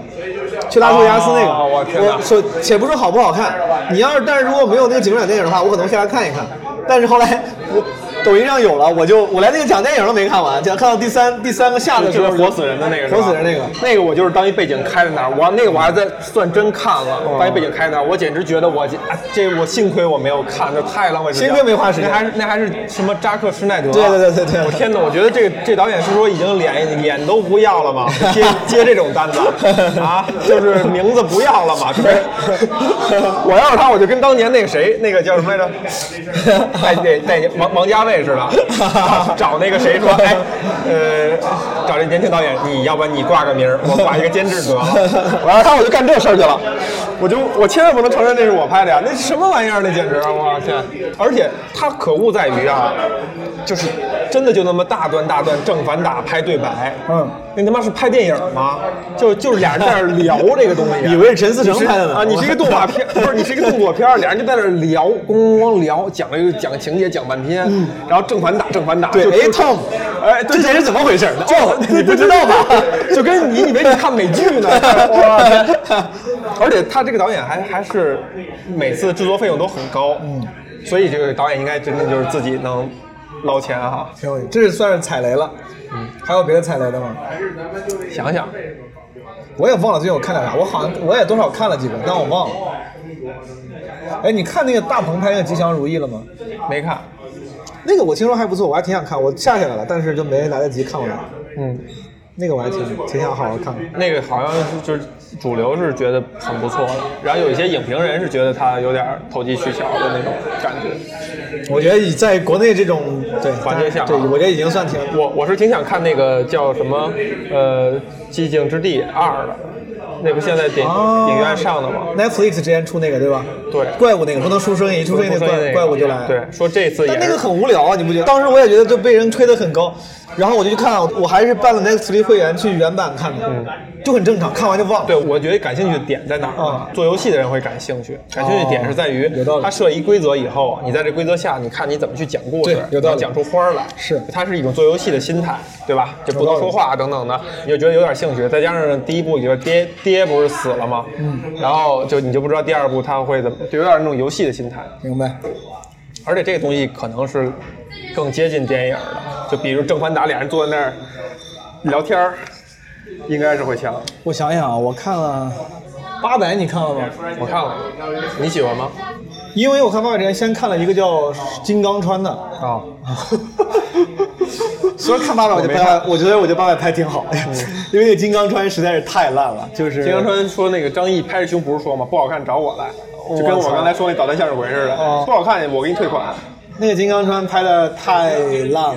C: 去拉斯维加斯那个，
A: 啊我天哪
C: 我说且不说好不好看，你要是但是如果没有那个警长电影的话，我可能会下来看一看。但是后来我抖音上有了，我就我连那个讲电影都没看完，讲看到第三第三个下的
A: 就
C: 时
A: 是
C: 候，
A: 活死人的那个是吧，
C: 活死人那个
A: 那个我就是当一背景开在那儿，我那个我还在算真看了，
C: 哦
A: 当一背景开在那儿，我简直觉得我啊这我幸亏我没有看，这太浪费时间了，
C: 幸亏没花时间
A: 那还是那还是什么扎克施耐德，啊
C: 对对对对对
A: 我天哪，我觉得这个这导演是说已经脸脸都不要了吗？接接这种单子啊，就是名字不要了嘛，对，我要是他，我就跟当年那个谁那个叫什么来着，哎那那王王家卫似的， 找那个谁 说，哎，呃，找这年轻导演，你要不然你挂个名 儿，我挂一个监制得了。我要是他，我就干这事儿去了。我就我千万不能承认那是我拍的呀，那什么玩意儿？那简直，啊我天！而且他可恶在于啊，就是真的就那么大段大段正反打拍对白，嗯，那他妈是拍电影吗？就就是俩人在那儿聊这个东西啊，
C: 以为是陈思诚拍的呢
A: 啊，你是一个动画片，不是你是一个动作片儿，俩人就在那儿聊，咣咣聊，讲了一个讲情节讲半天，然后正反打正反打，
C: 嗯对
A: 就
C: 哎 Tom，
A: 哎，对
C: 之前是怎么回事呢？哦，你
A: 你
C: 不
A: 不
C: 知
A: 知
C: 道
A: 道
C: 吧
A: 吧？？就跟你以为你看美剧 呢，哇天而且他这个导演还还是每次制作费用都很高，嗯，所以这个导演应该真的就是自己能捞钱哈。
C: 挺有意思，哎这是算是踩雷了。嗯，还有别的踩雷的吗？
A: 想想，
C: 我也忘了最近我看点啥，我好像我也多少看了几个，但我忘了。哎，你看那个大鹏拍那个《吉祥如意》了吗？
A: 没看，
C: 那个我听说还不错，我还挺想看，我下下来了，但是就没来得及看完。
A: 嗯，
C: 那个我还挺挺想好好看看。
A: 那个好像是就是主流是觉得很不错的，然后有一些影评人是觉得他有点投机取巧的那种感觉。
C: 我觉得以在国内这种对
A: 环境下啊嗯
C: 对，我觉得已经算挺
A: 我我是挺想看那个叫什么，呃，《寂静之地二》的，那不现在电
C: 啊
A: 影院上的吗？
C: Netflix 之前出那个对吧？
A: 对
C: 怪物那个不能出声音，一出声音那
A: 说那
C: 怪
A: 个
C: 怪物就来。
A: 对，说这次也
C: 但那
A: 是
C: 个很无聊啊，你不觉得？当时我也觉得就被人推得很高，然后我就去看了，啊我还是办了 Netflix 会员去原版看的，就很正常，看完就忘
A: 嗯
C: 了。
A: 对，我觉得感兴趣的点在哪儿呢？
C: 嗯
A: 做游戏的人会感兴趣，感兴趣的点是在于
C: 哦有道理
A: 他设一规则以后，你在这规则下，你看你怎么去讲故事
C: 对，有道理
A: 能讲出花儿来。
C: 是
A: 它是一种做游戏的心态，对吧？就不
C: 有道
A: 能
C: 理
A: 说话等等的，你就觉得有点兴趣。再加上第一部里边爹爹不是死了吗？
C: 嗯
A: 然后就你就不知道第二部他会怎么，就有点那种游戏的心态。
C: 明白。
A: 而且这个东西可能是更接近电影的，就比如正反打俩人坐在那儿聊天儿，应该是会强。
C: 我想想啊，我看了八百，你看了吗？
A: 我看了，你喜欢吗？
C: 因为我看八百之前先看了一个叫《金刚川》的，
A: 啊、
C: 所以看八百我就
A: 我没
C: 拍八，我觉得我觉得八百拍挺好， 因为那个《金刚川》实在是太烂了，就是
A: 金刚川说那个张译拍着胸脯说嘛，不好看找我来，就跟
C: 我
A: 我
C: 操
A: 刚才说那导弹向日葵似的，
C: 哦
A: 不好看我给你退款。
C: 那个《金刚川》拍的太烂了，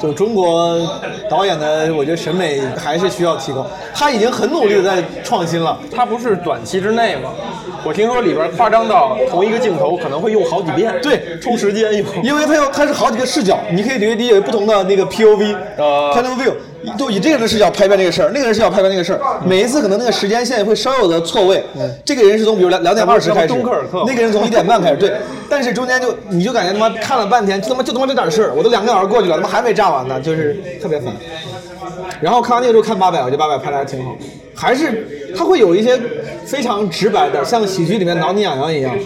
C: 就中国导演的，我觉得审美还是需要提高。他已经很努力的在创新了，
A: 他不是短期之内吗？我听说里边夸张到同一个镜头可能会用好几遍，
C: 对
A: 充时间用。
C: 因为他有他是好几个视角，你可以理解为不同的那个 POV，
A: 呃
C: p a n o view，就以这个人的视角拍一遍这个事儿，那个人视角拍一遍那个事儿，每一次可能那个时间线会稍有的错位。这个人是从比如两两点二十
A: 那不
C: 开
A: 是
C: 始，
A: 敦刻尔克吗
C: 那个人从一点半开始，对。但是中间就你就感觉他妈看了半天，就他妈就他妈这点事儿，我都两个小时过去了，他妈还没炸完呢，就是特别烦。然后看完那个之后看八百，我觉得八百拍的还挺好，还是他会有一些非常直白的，像喜剧里面挠你痒痒一样。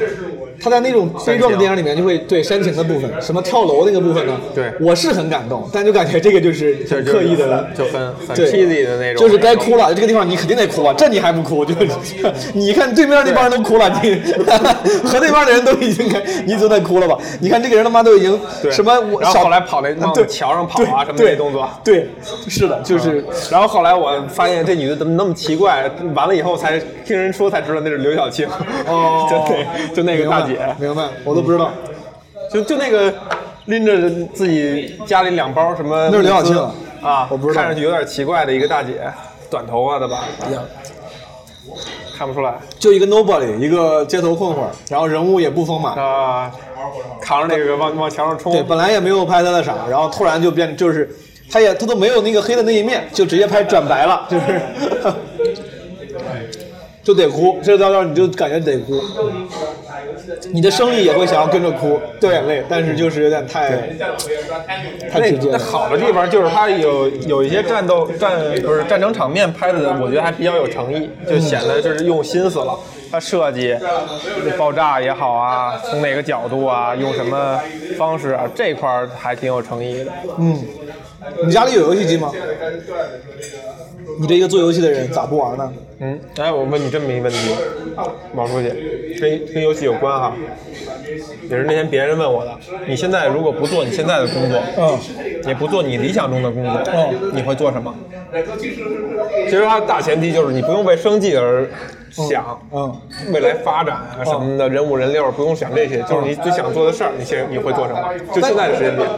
C: 他在那种悲壮的电影里面就会对煽情的部分，什么跳楼那个部分呢？
A: 对
C: 我是很感动，但就感觉这个就是
A: 就
C: 很刻意的，
A: 就很很
C: 对
A: cheesy 的那种，
C: 就是该哭了，这个地方你肯定得哭啊，这你还不哭，就是 你看对面那帮人都哭了，你 和那帮的人都已经该，你总得哭了吧？你看这个人他妈都已经
A: 对
C: 什么我
A: 然后
C: 小
A: 后来跑那往
C: 对
A: 桥上跑啊
C: 对
A: 什么
C: 对
A: 那动作，
C: 对，是的，就是。
A: 然后后来我发现这女的怎么那么奇怪，完了以后才听人说才知道那是刘晓庆，
C: 哦
A: 就那嗯就那个大姐，
C: 明白，明白，我都不知道，
A: 就就那个拎着自己家里两包什么，
C: 那是刘晓庆
A: 啊，
C: 我不知道
A: 看上去有点奇怪的一个大姐，短头发的吧，看不出来
C: 就一个 nobody，一个街头混混儿，然后人物也不丰满，
A: 啊，扛着那个往往墙上冲
C: 对，，本来也没有拍他的啥，然后突然就变就是他也他都没有那个黑的那一面，就直接拍转白了，就是 就得哭，这到时候你就感觉得哭，你的生理也会想要跟着哭，掉眼泪，但是就是有点太太
A: 那
C: 直接
A: 那
C: 了。
A: 好的地方就是它有有一些战斗战不是战争场面拍的，我觉得还比较有诚意，就显得就是用心思了。它设计爆炸也好啊，从哪个角度啊，用什么方式啊，这块儿还挺有诚意的。
C: 嗯，你家里有游戏机吗？你这一个做游戏的人咋不玩呢？
A: 嗯，哎，我问你这么一个问题，毛书记，跟跟游戏有关哈，也是那天别人问我的。你现在如果不做你现在的工作，
C: 嗯，
A: 也不做你理想中的工作，你会做什么？其实它的大前提就是你不用为生计而想，
C: 嗯，
A: 未来发展啊什么的，人五人六不用想这些，就是你最想做的事儿，你现你会做什么？就现在的时间点，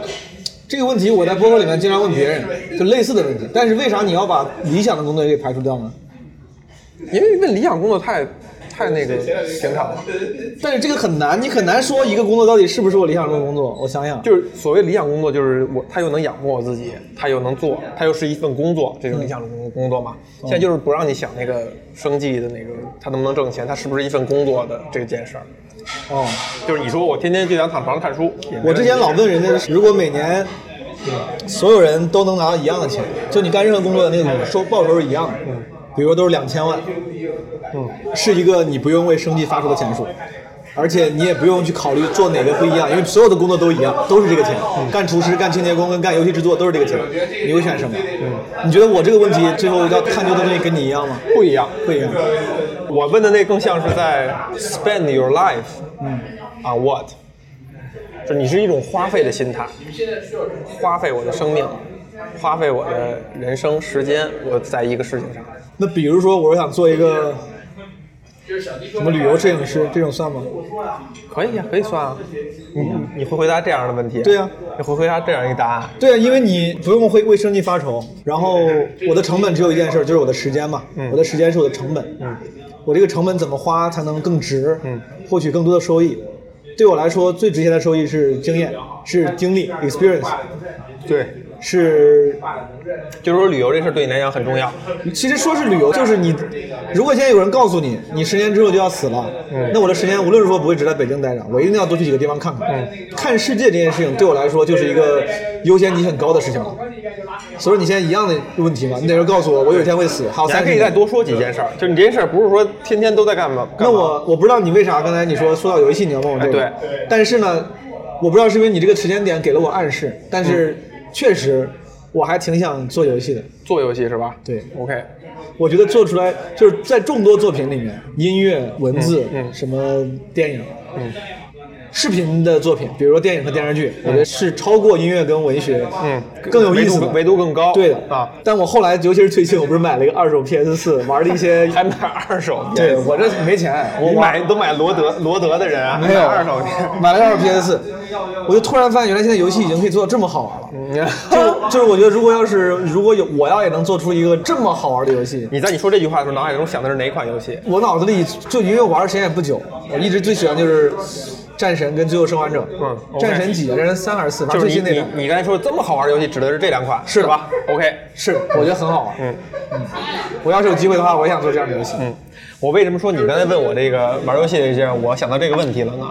C: 这个问题我在播客里面经常问别人，就类似的问题。但是为啥你要把理想的工作也给排除掉呢？
A: 因为问理想工作太太那个平常了。
C: 但是这个很难，你很难说一个工作到底是不是我理想中的工作。我想想，
A: 就是所谓理想工作，就是我他又能养活我自己，他又能做，他又是一份工作，这种理想中的工作
C: 嗯
A: 嘛。现在就是不让你想那个生计的那个，他能不能挣钱，他是不是一份工作的这件事儿。
C: 哦，
A: 就是你说我天天就想躺床上看书，也没
C: 我之前
A: 问题
C: 老问人家，如果每年所有人都能拿到一样的钱，就你干任何工作的那个收报酬是一样的，比如说都是两千万，嗯，是一个你不用为生计发出的钱数。而且你也不用去考虑做哪个不一样，因为所有的工作都一样，都是这个钱。
A: 嗯
C: 干厨师、干清洁工跟干游戏制作都是这个钱，你会选什么？
A: 嗯
C: 你觉得我这个问题最后要探究的东西跟你一样吗？
A: 不一样。
C: 不一样。
A: 我问的那更像是 在 spend your life，嗯，on what？就你是一种花费的心态，花费我的生命，花费我的人生时间，我在一个事情上。
C: 那比如说，我想做一个什么旅游摄影师，这种算吗？
A: 可以呀、可以算啊。你你会回答这样的问题？
C: 对呀
A: 你会回答这样一个答案。
C: 对啊，因为你不用为为生计发愁，然后我的成本只有一件事，就是我的时间嘛。我的时间是我的成本。嗯，我这个成本怎么花才能更值？嗯，获取更多的收益。对我来说，最值钱的收益是经验，是经历 （experience），
A: 对，
C: 是
A: 就是说旅游这事儿对你来讲很重要。
C: 其实说是旅游，就是你，如果现在有人告诉你，你十年之后就要死了，
A: 嗯
C: 那我的十年无论如何不会只在北京待着，我一定要多去几个地方看看。
A: 嗯
C: 看世界这件事情对我来说就是一个优先级很高的事情了。所以你现在一样的问题嘛，你得是告诉我，我有一天会死，还有
A: 你还
C: 三
A: 哦可
C: 个
A: 以再
C: 月。
A: 多说几件事儿，就你这件事儿不是说天天都在干嘛？干
C: 那
A: 嘛
C: 我我不知道你为啥刚才你说说到游戏你要问我这个，
A: 哎对
C: 但是呢，我不知道是因为你这个时间点给了我暗示，但
A: 嗯
C: 是确实我还挺想做游戏的。
A: 做游戏是吧？
C: 对
A: ，OK，
C: 我觉得做出来就是在众多作品里面，音乐、文字、
A: 嗯嗯
C: 什么电影、视频的作品，比如说电影和电视剧，我觉得是超过音乐跟文学，
A: 嗯
C: 更有意思的
A: 维度维度更高
C: 对的
A: 啊
C: 但我后来，尤其是最近，我不是买了一个二手 PS 四，玩了一些。
A: 还买二 手？
C: 对我这没钱，我
A: 你
C: 玩
A: 买都买罗德罗德的人啊，
C: 没有
A: 还买二手店。
C: 买了个二手 PS 四，我就突然发现，原来现在游戏已经可以做到这么好玩了。
A: 嗯
C: 就就是我觉得，如果要是如果有我要也能做出一个这么好玩的游戏，
A: 你在你说这句话的时候，脑海中想的是哪款游戏？
C: 我脑子里就因为玩的时间也不久，我一直最喜欢就是战神跟最后生还者。
A: 嗯，OK
C: 战神几啊？战神三还是四？反
A: 就
C: 正最
A: 是
C: 新
A: 你
C: 那
A: 你
C: 个。
A: 你刚才说这么好玩的游戏，指的是这两款，
C: 是的
A: 吧？OK，
C: 是，我觉得很好玩。
A: 嗯
C: 我要是有机会的话，我也想做这样的游戏。
A: 嗯，我为什么说你刚才问我这个玩游戏这件事，我想到这个问题了呢？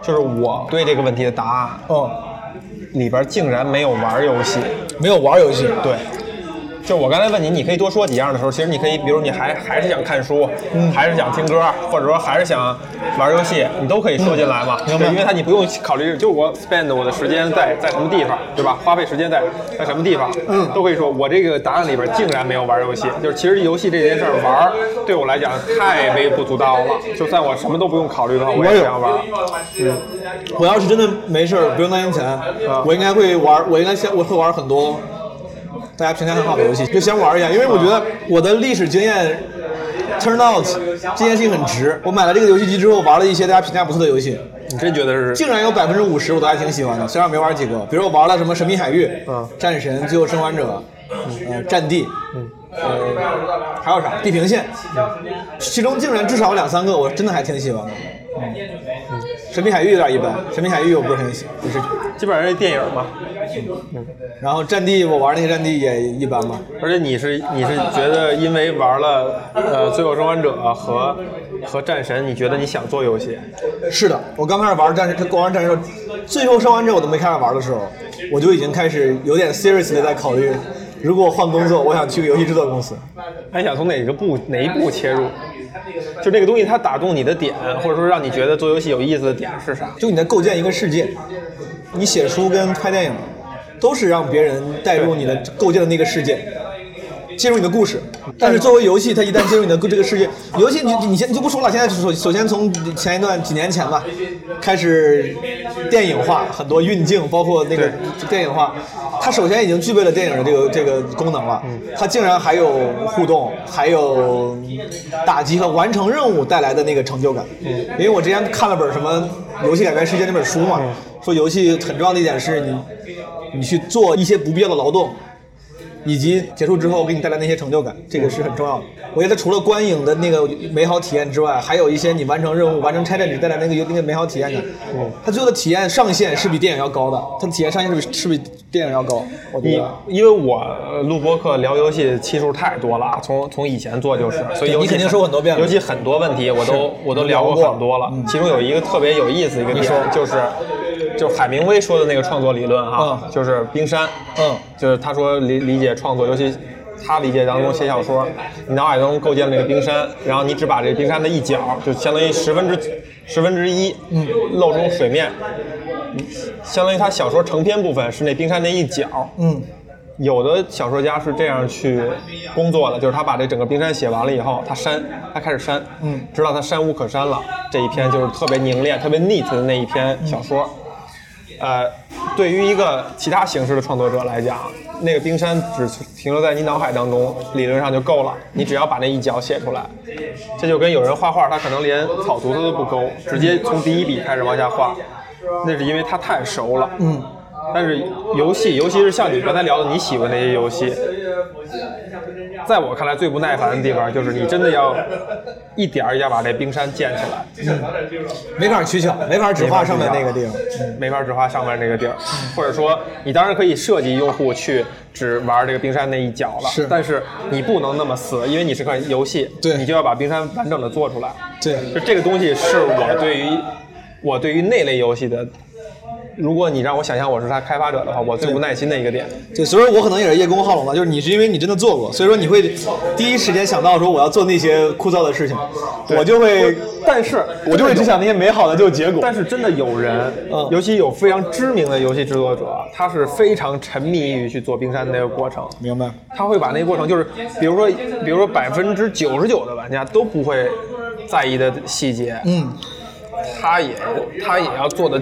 A: 就是我对这个问题的答案
C: 哦，
A: 里边竟然没有玩游戏。
C: 没有玩游戏。
A: 对，就我刚才问你，你可以多说几样的时候，其实你可以，比如你还还是想看书，还是想听歌，或者说还是想玩游戏，你都可以说进来嘛。对因为它你不用考虑，就是我 spend 我的时间在在什么地方，对吧？花费时间在在什么地方，嗯，都可以说。我这个答案里边竟然没有玩游戏，就是其实游戏这件事儿玩儿对我来讲太微不足道了。就算我什么都不用考虑的话，我也
C: 我有
A: 想玩儿。
C: 我要是真的没事儿，不用担心钱，
A: 嗯
C: 我应该会玩，我应该先我会玩很多大家评价很好的游戏，就先玩一下，因为我觉得我的历史经验 turn out 这件事情很值。我买了这个游戏机之后，玩了一些大家评价不错的游戏，
A: 你真觉得是
C: 竟然有百分之五十我都还挺喜欢的，虽然没玩几个，比如我玩了什么《神秘海域》、
A: 嗯
C: 战神、最后生还者、呃、战地，嗯，呃，还有啥？地平线，其中竟然至少有两三个我真的还挺喜欢的。神秘海域有点一般，神秘海域我不是很喜，不是。
A: 基本上是电影嘛，
C: 然后战地我玩那个战地也一般吧，
A: 而且你是你是觉得因为玩了呃《最后生还者和》和战神，你觉得你想做游戏，
C: 是的，我刚开始玩战士，光玩战士的时候，最后生完之后我都没开始玩的时候，我就已经开始有点 serious 的在考虑，如果我换工作，我想去个游戏制作公司。
A: 还想从哪个步哪一步切入？就这个东西它打动你的点，或者说让你觉得做游戏有意思的点是啥？
C: 就你在构建一个世界，你写书跟拍电影，都是让别人带入你的构建的那个世界，进入你的故事。但是作为游戏，它一旦进入你的这个世界，游戏你你先你就不说了，现在首首先从前一段几年前吧，开始电影化很多运镜，包括那个电影化，它首先已经具备了电影的这个这个功能了，它竟然还有互动，还有打击和完成任务带来的那个成就感。因为我之前看了本什么《游戏改变世界》那本书嘛，说游戏很重要的一点是你你去做一些不必要的劳动。以及结束之后给你带来那些成就感，这个是很重要的。我觉得除了观影的那个美好体验之外，还有一些你完成任务、完成拆弹时带来那个那个美好体验感。它最后的体验上限是比电影要高的，它的体验上限是比是比电影要高。我觉
A: 你
C: 得，
A: 因为我呃录播课聊游戏的期数太多了啊，从从以前做就是，所以
C: 对
A: 游戏
C: 你肯定说很多遍了
A: 尤其很多问题我都我都聊过很多了。
C: 嗯
A: 其中有一个特别有意思的一个点，就是就是海明威说的那个创作理论啊，
C: 嗯
A: 就是冰山，
C: 嗯，
A: 就是他说理理解创作，尤其他理解当中写小说，你脑海中构建了一个冰山，然后你只把这冰山的一角，就相当于十分之十分之一，嗯，露出水面，相当于他小说成篇部分是那冰山那一角，
C: 嗯，
A: 有的小说家是这样去工作的，就是他把这整个冰山写完了以后，他删，他开始删，
C: 嗯
A: 直到他删无可删了，这一篇就是特别凝练、特别 neat 的那一篇小
C: 嗯
A: 说。呃，对于一个其他形式的创作者来讲，那个冰山只停留在你脑海当中，理论上就够了。你只要把那一角写出来，这就跟有人画画，他可能连草图他都不勾，直接从第一笔开始往下画，那是因为他太熟了。嗯。但是游戏，尤其是像你刚才聊的你喜欢那些游戏，在我看来最不耐烦的地方就是你真的要一点儿一点儿把这冰山建起来。
C: 没法取巧，没法只画上面那个地方。嗯
A: 没法只画上面那个地儿，或者说你当然可以设计用户去只玩这个冰山那一角了，
C: 是
A: 但是你不能那么死，因为你是款游戏，
C: 对
A: 你就要把冰山完整的做出来。
C: 对，
A: 就这个东西是我对于我对于那类游戏的，如果你让我想象我是它开发者的话，我最无耐心的一个点。
C: 对，所以说我可能也是叶公好龙吧，就是你是因为你真的做过，所以说你会第一时间想到说我要做那些枯燥的事情，我就会，
A: 但是
C: 我就会只想那些美好的就结果。
A: 但是真的有人，
C: 嗯
A: 尤其有非常知名的游戏制作者，他是非常沉迷于去做冰山的那个过程。
C: 明白，
A: 他会把那个过程，就是比如说，比如说百分之九十九的玩家都不会在意的细节，
C: 嗯，
A: 他也他也要做的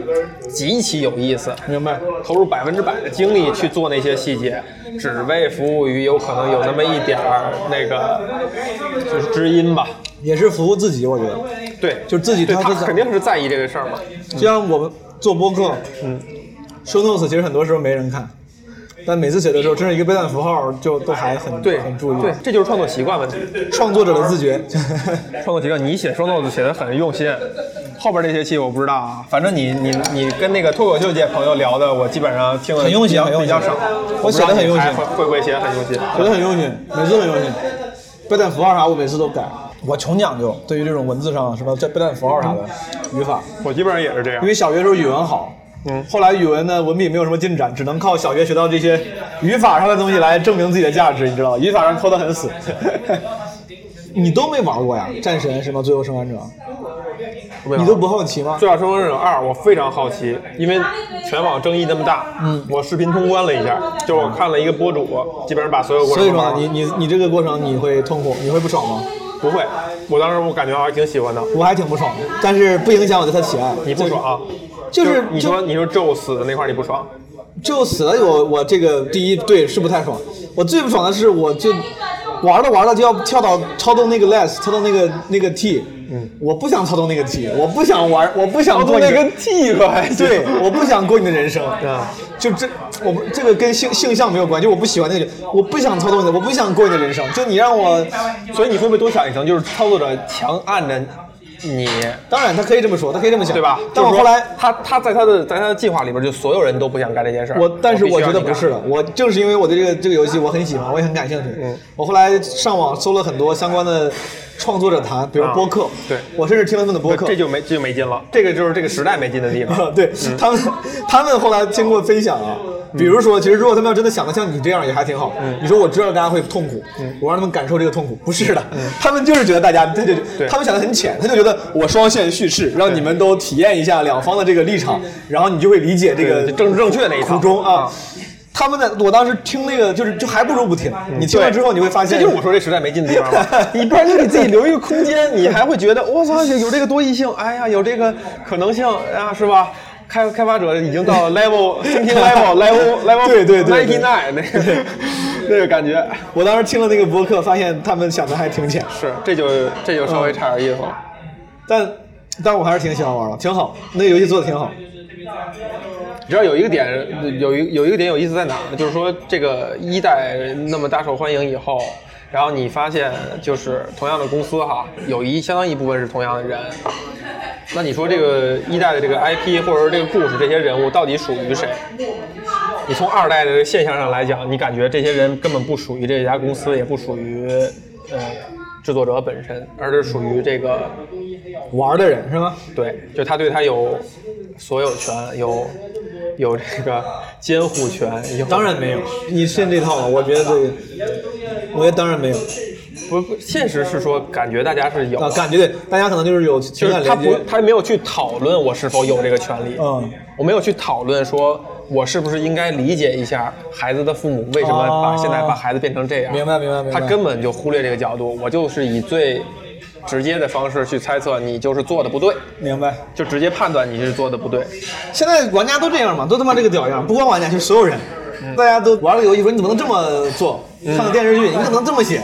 A: 极其有意思，
C: 明白。
A: 投入百分之百的精力去做那些细节，只为服务于有可能有那么一点儿那个就是知音吧。
C: 也是服务自己，我觉得。
A: 对，
C: 就自己
A: 对
C: 他
A: 他
C: 自己
A: 肯定是在意这个事儿嘛。
C: 就像我们做播客，嗯，show notes 其实很多时候没人看，但每次写的时候，真是一个标点符号就都还很
A: 对，
C: 很注意，
A: 对，这就是创作习惯问题。
C: 创作者的自觉。
A: 创作习惯，你写双 notes 写的很用心，后边这些期我不知道啊，反正你你你跟那个脱口秀界朋友聊的，我基本上听了
C: 很用心
A: 比较
C: 很用
A: 比较
C: 心
A: 少。
C: 我写得很用心
A: 不知道你还会会不会写得很用心？
C: 觉得很用心，每次都很用心。标点符号啥，我每次都改。我穷讲究，对于这种文字上什么这标点符号啥的语法，
A: 我基本上也是这样
C: 因。为小学时候语文好，
A: 嗯
C: 后来语文呢文笔没有什么进展，只能靠小学学到这些语法上的东西来证明自己的价值，你知道吧？语法上抠得很死。 你都没玩过呀？战神什么最后生还者，你都不好奇吗
A: 《最？后生还者二》，我非常好奇，因为全网争议那么大，嗯，我视频通关了一下，就是我看了一个博主，基本上把所有过程
C: 所以
A: 都
C: 说
A: 玩
C: 呢
A: 了。
C: 你你你这个过程你会痛苦，你会不爽吗？
A: 不会，我当时我感觉还挺喜欢的。
C: 我还挺不爽的，但是不影响我对他喜爱。
A: 你不爽、啊？
C: 就是
A: 你说你说宙死的那块儿你不爽，
C: 就死了我我这个第一对是不太爽，我最不爽的是我就玩着玩着就要跳到操纵那个 less，操纵那个那个 t，嗯，我不想操纵那个 t，我不想玩，我不想过你的
A: T 可还
C: 对，我不想过你的人生，
A: 啊
C: 就这我不这个跟性性向没有关系，就我不喜欢那个人，我不想操纵你的，我不想过你的人生，就你让我
A: 所以你会不会多想一层，就是操作者强按着你
C: 当然，他可以这么说，他可以这么想，
A: 对吧？
C: 但我
A: 就是说
C: 后来，
A: 他他在他的在他的计划里边，就所有人都不想干这件事儿。
C: 我但是
A: 必须
C: 我觉
A: 让
C: 得
A: 你
C: 不是
A: 干
C: 的，我正是因为我对这个这个游戏我很喜欢，我也很感兴趣。
A: 嗯
C: 我后来上网搜了很多相关的创作者谈，比如
A: 啊
C: 播客，
A: 对
C: 我甚至听了他们的播客，
A: 这就没这就没劲了。这个就是这个时代没劲的地方。
C: 对他们，他们后来经过分享啊，
A: 嗯
C: 比如说，其实如果他们要真的想的像你这样，也还挺好。你说我知道大家会痛苦，
A: 嗯
C: 我让他们感受这个痛苦，不是的，他们就是觉得大家，他就
A: 对
C: 他们想的很浅，他就觉得我双线叙事，让你们都体验一下两方的这个立场，然后你就会理解这
A: 对
C: 个
A: 就政治正确那一套嗯
C: 苦衷啊。他们的，我当时听那个，就是就还不如不听。你听了之后，你会发
A: 嗯
C: 现，
A: 这就是我说这时代没劲的地方 嘛。你不然你给自己留一个空间，你还会觉得我操有有这个多义性，哎呀有这个可能性啊，是吧？开开发者已经到了 level thinking level level level
C: 对对对
A: ninety
C: 对
A: nine 那个那个感觉
C: 我当时听了那个播客，发现他们想的还挺浅。
A: 是这就这就稍微差点意思了。
C: 但但我还是挺喜欢玩的，挺好，那个游戏做的挺好。
A: 你知道有一个点，有一有一个点有意思在哪呢？就是说这个一代那么大受欢迎以后，然后你发现就是同样的公司哈，有一相当一部分是同样的人。那你说这个一代的这个 IP 或者说这个故事这些人物到底属于谁？你从二代的这个现象上来讲，你感觉这些人根本不属于这家公司，也不属于呃制作者本身，而是属于这个
C: 玩的人是吗？
A: 对，就他对他有所有权，有有这个监护权，有
C: 当然没有，你信这套吗？我觉得这个，我觉得当然没有。
A: 不不，现实是说感觉大家是有
C: 啊，，感觉对，大家可能就是有
A: 就
C: 情
A: 是
C: 感
A: 他
C: 连
A: 不
C: 接。
A: 他没有去讨论我是否有这个权利，
C: 嗯，
A: 我没有去讨论说我是不是应该理解一下孩子的父母为什么把
C: 哦
A: 现在把孩子变成这样，
C: 明白明白明白
A: 他根本就忽略这个角度，我就是以最直接的方式去猜测你就是做的不对，
C: 明白。
A: 就直接判断你是做的不对，
C: 现在玩家都这样嘛，都他妈这个屌样，不光玩家，就是所有人，大家都玩了个游戏说你怎么能这么做？看个电视剧你怎么能这么 写？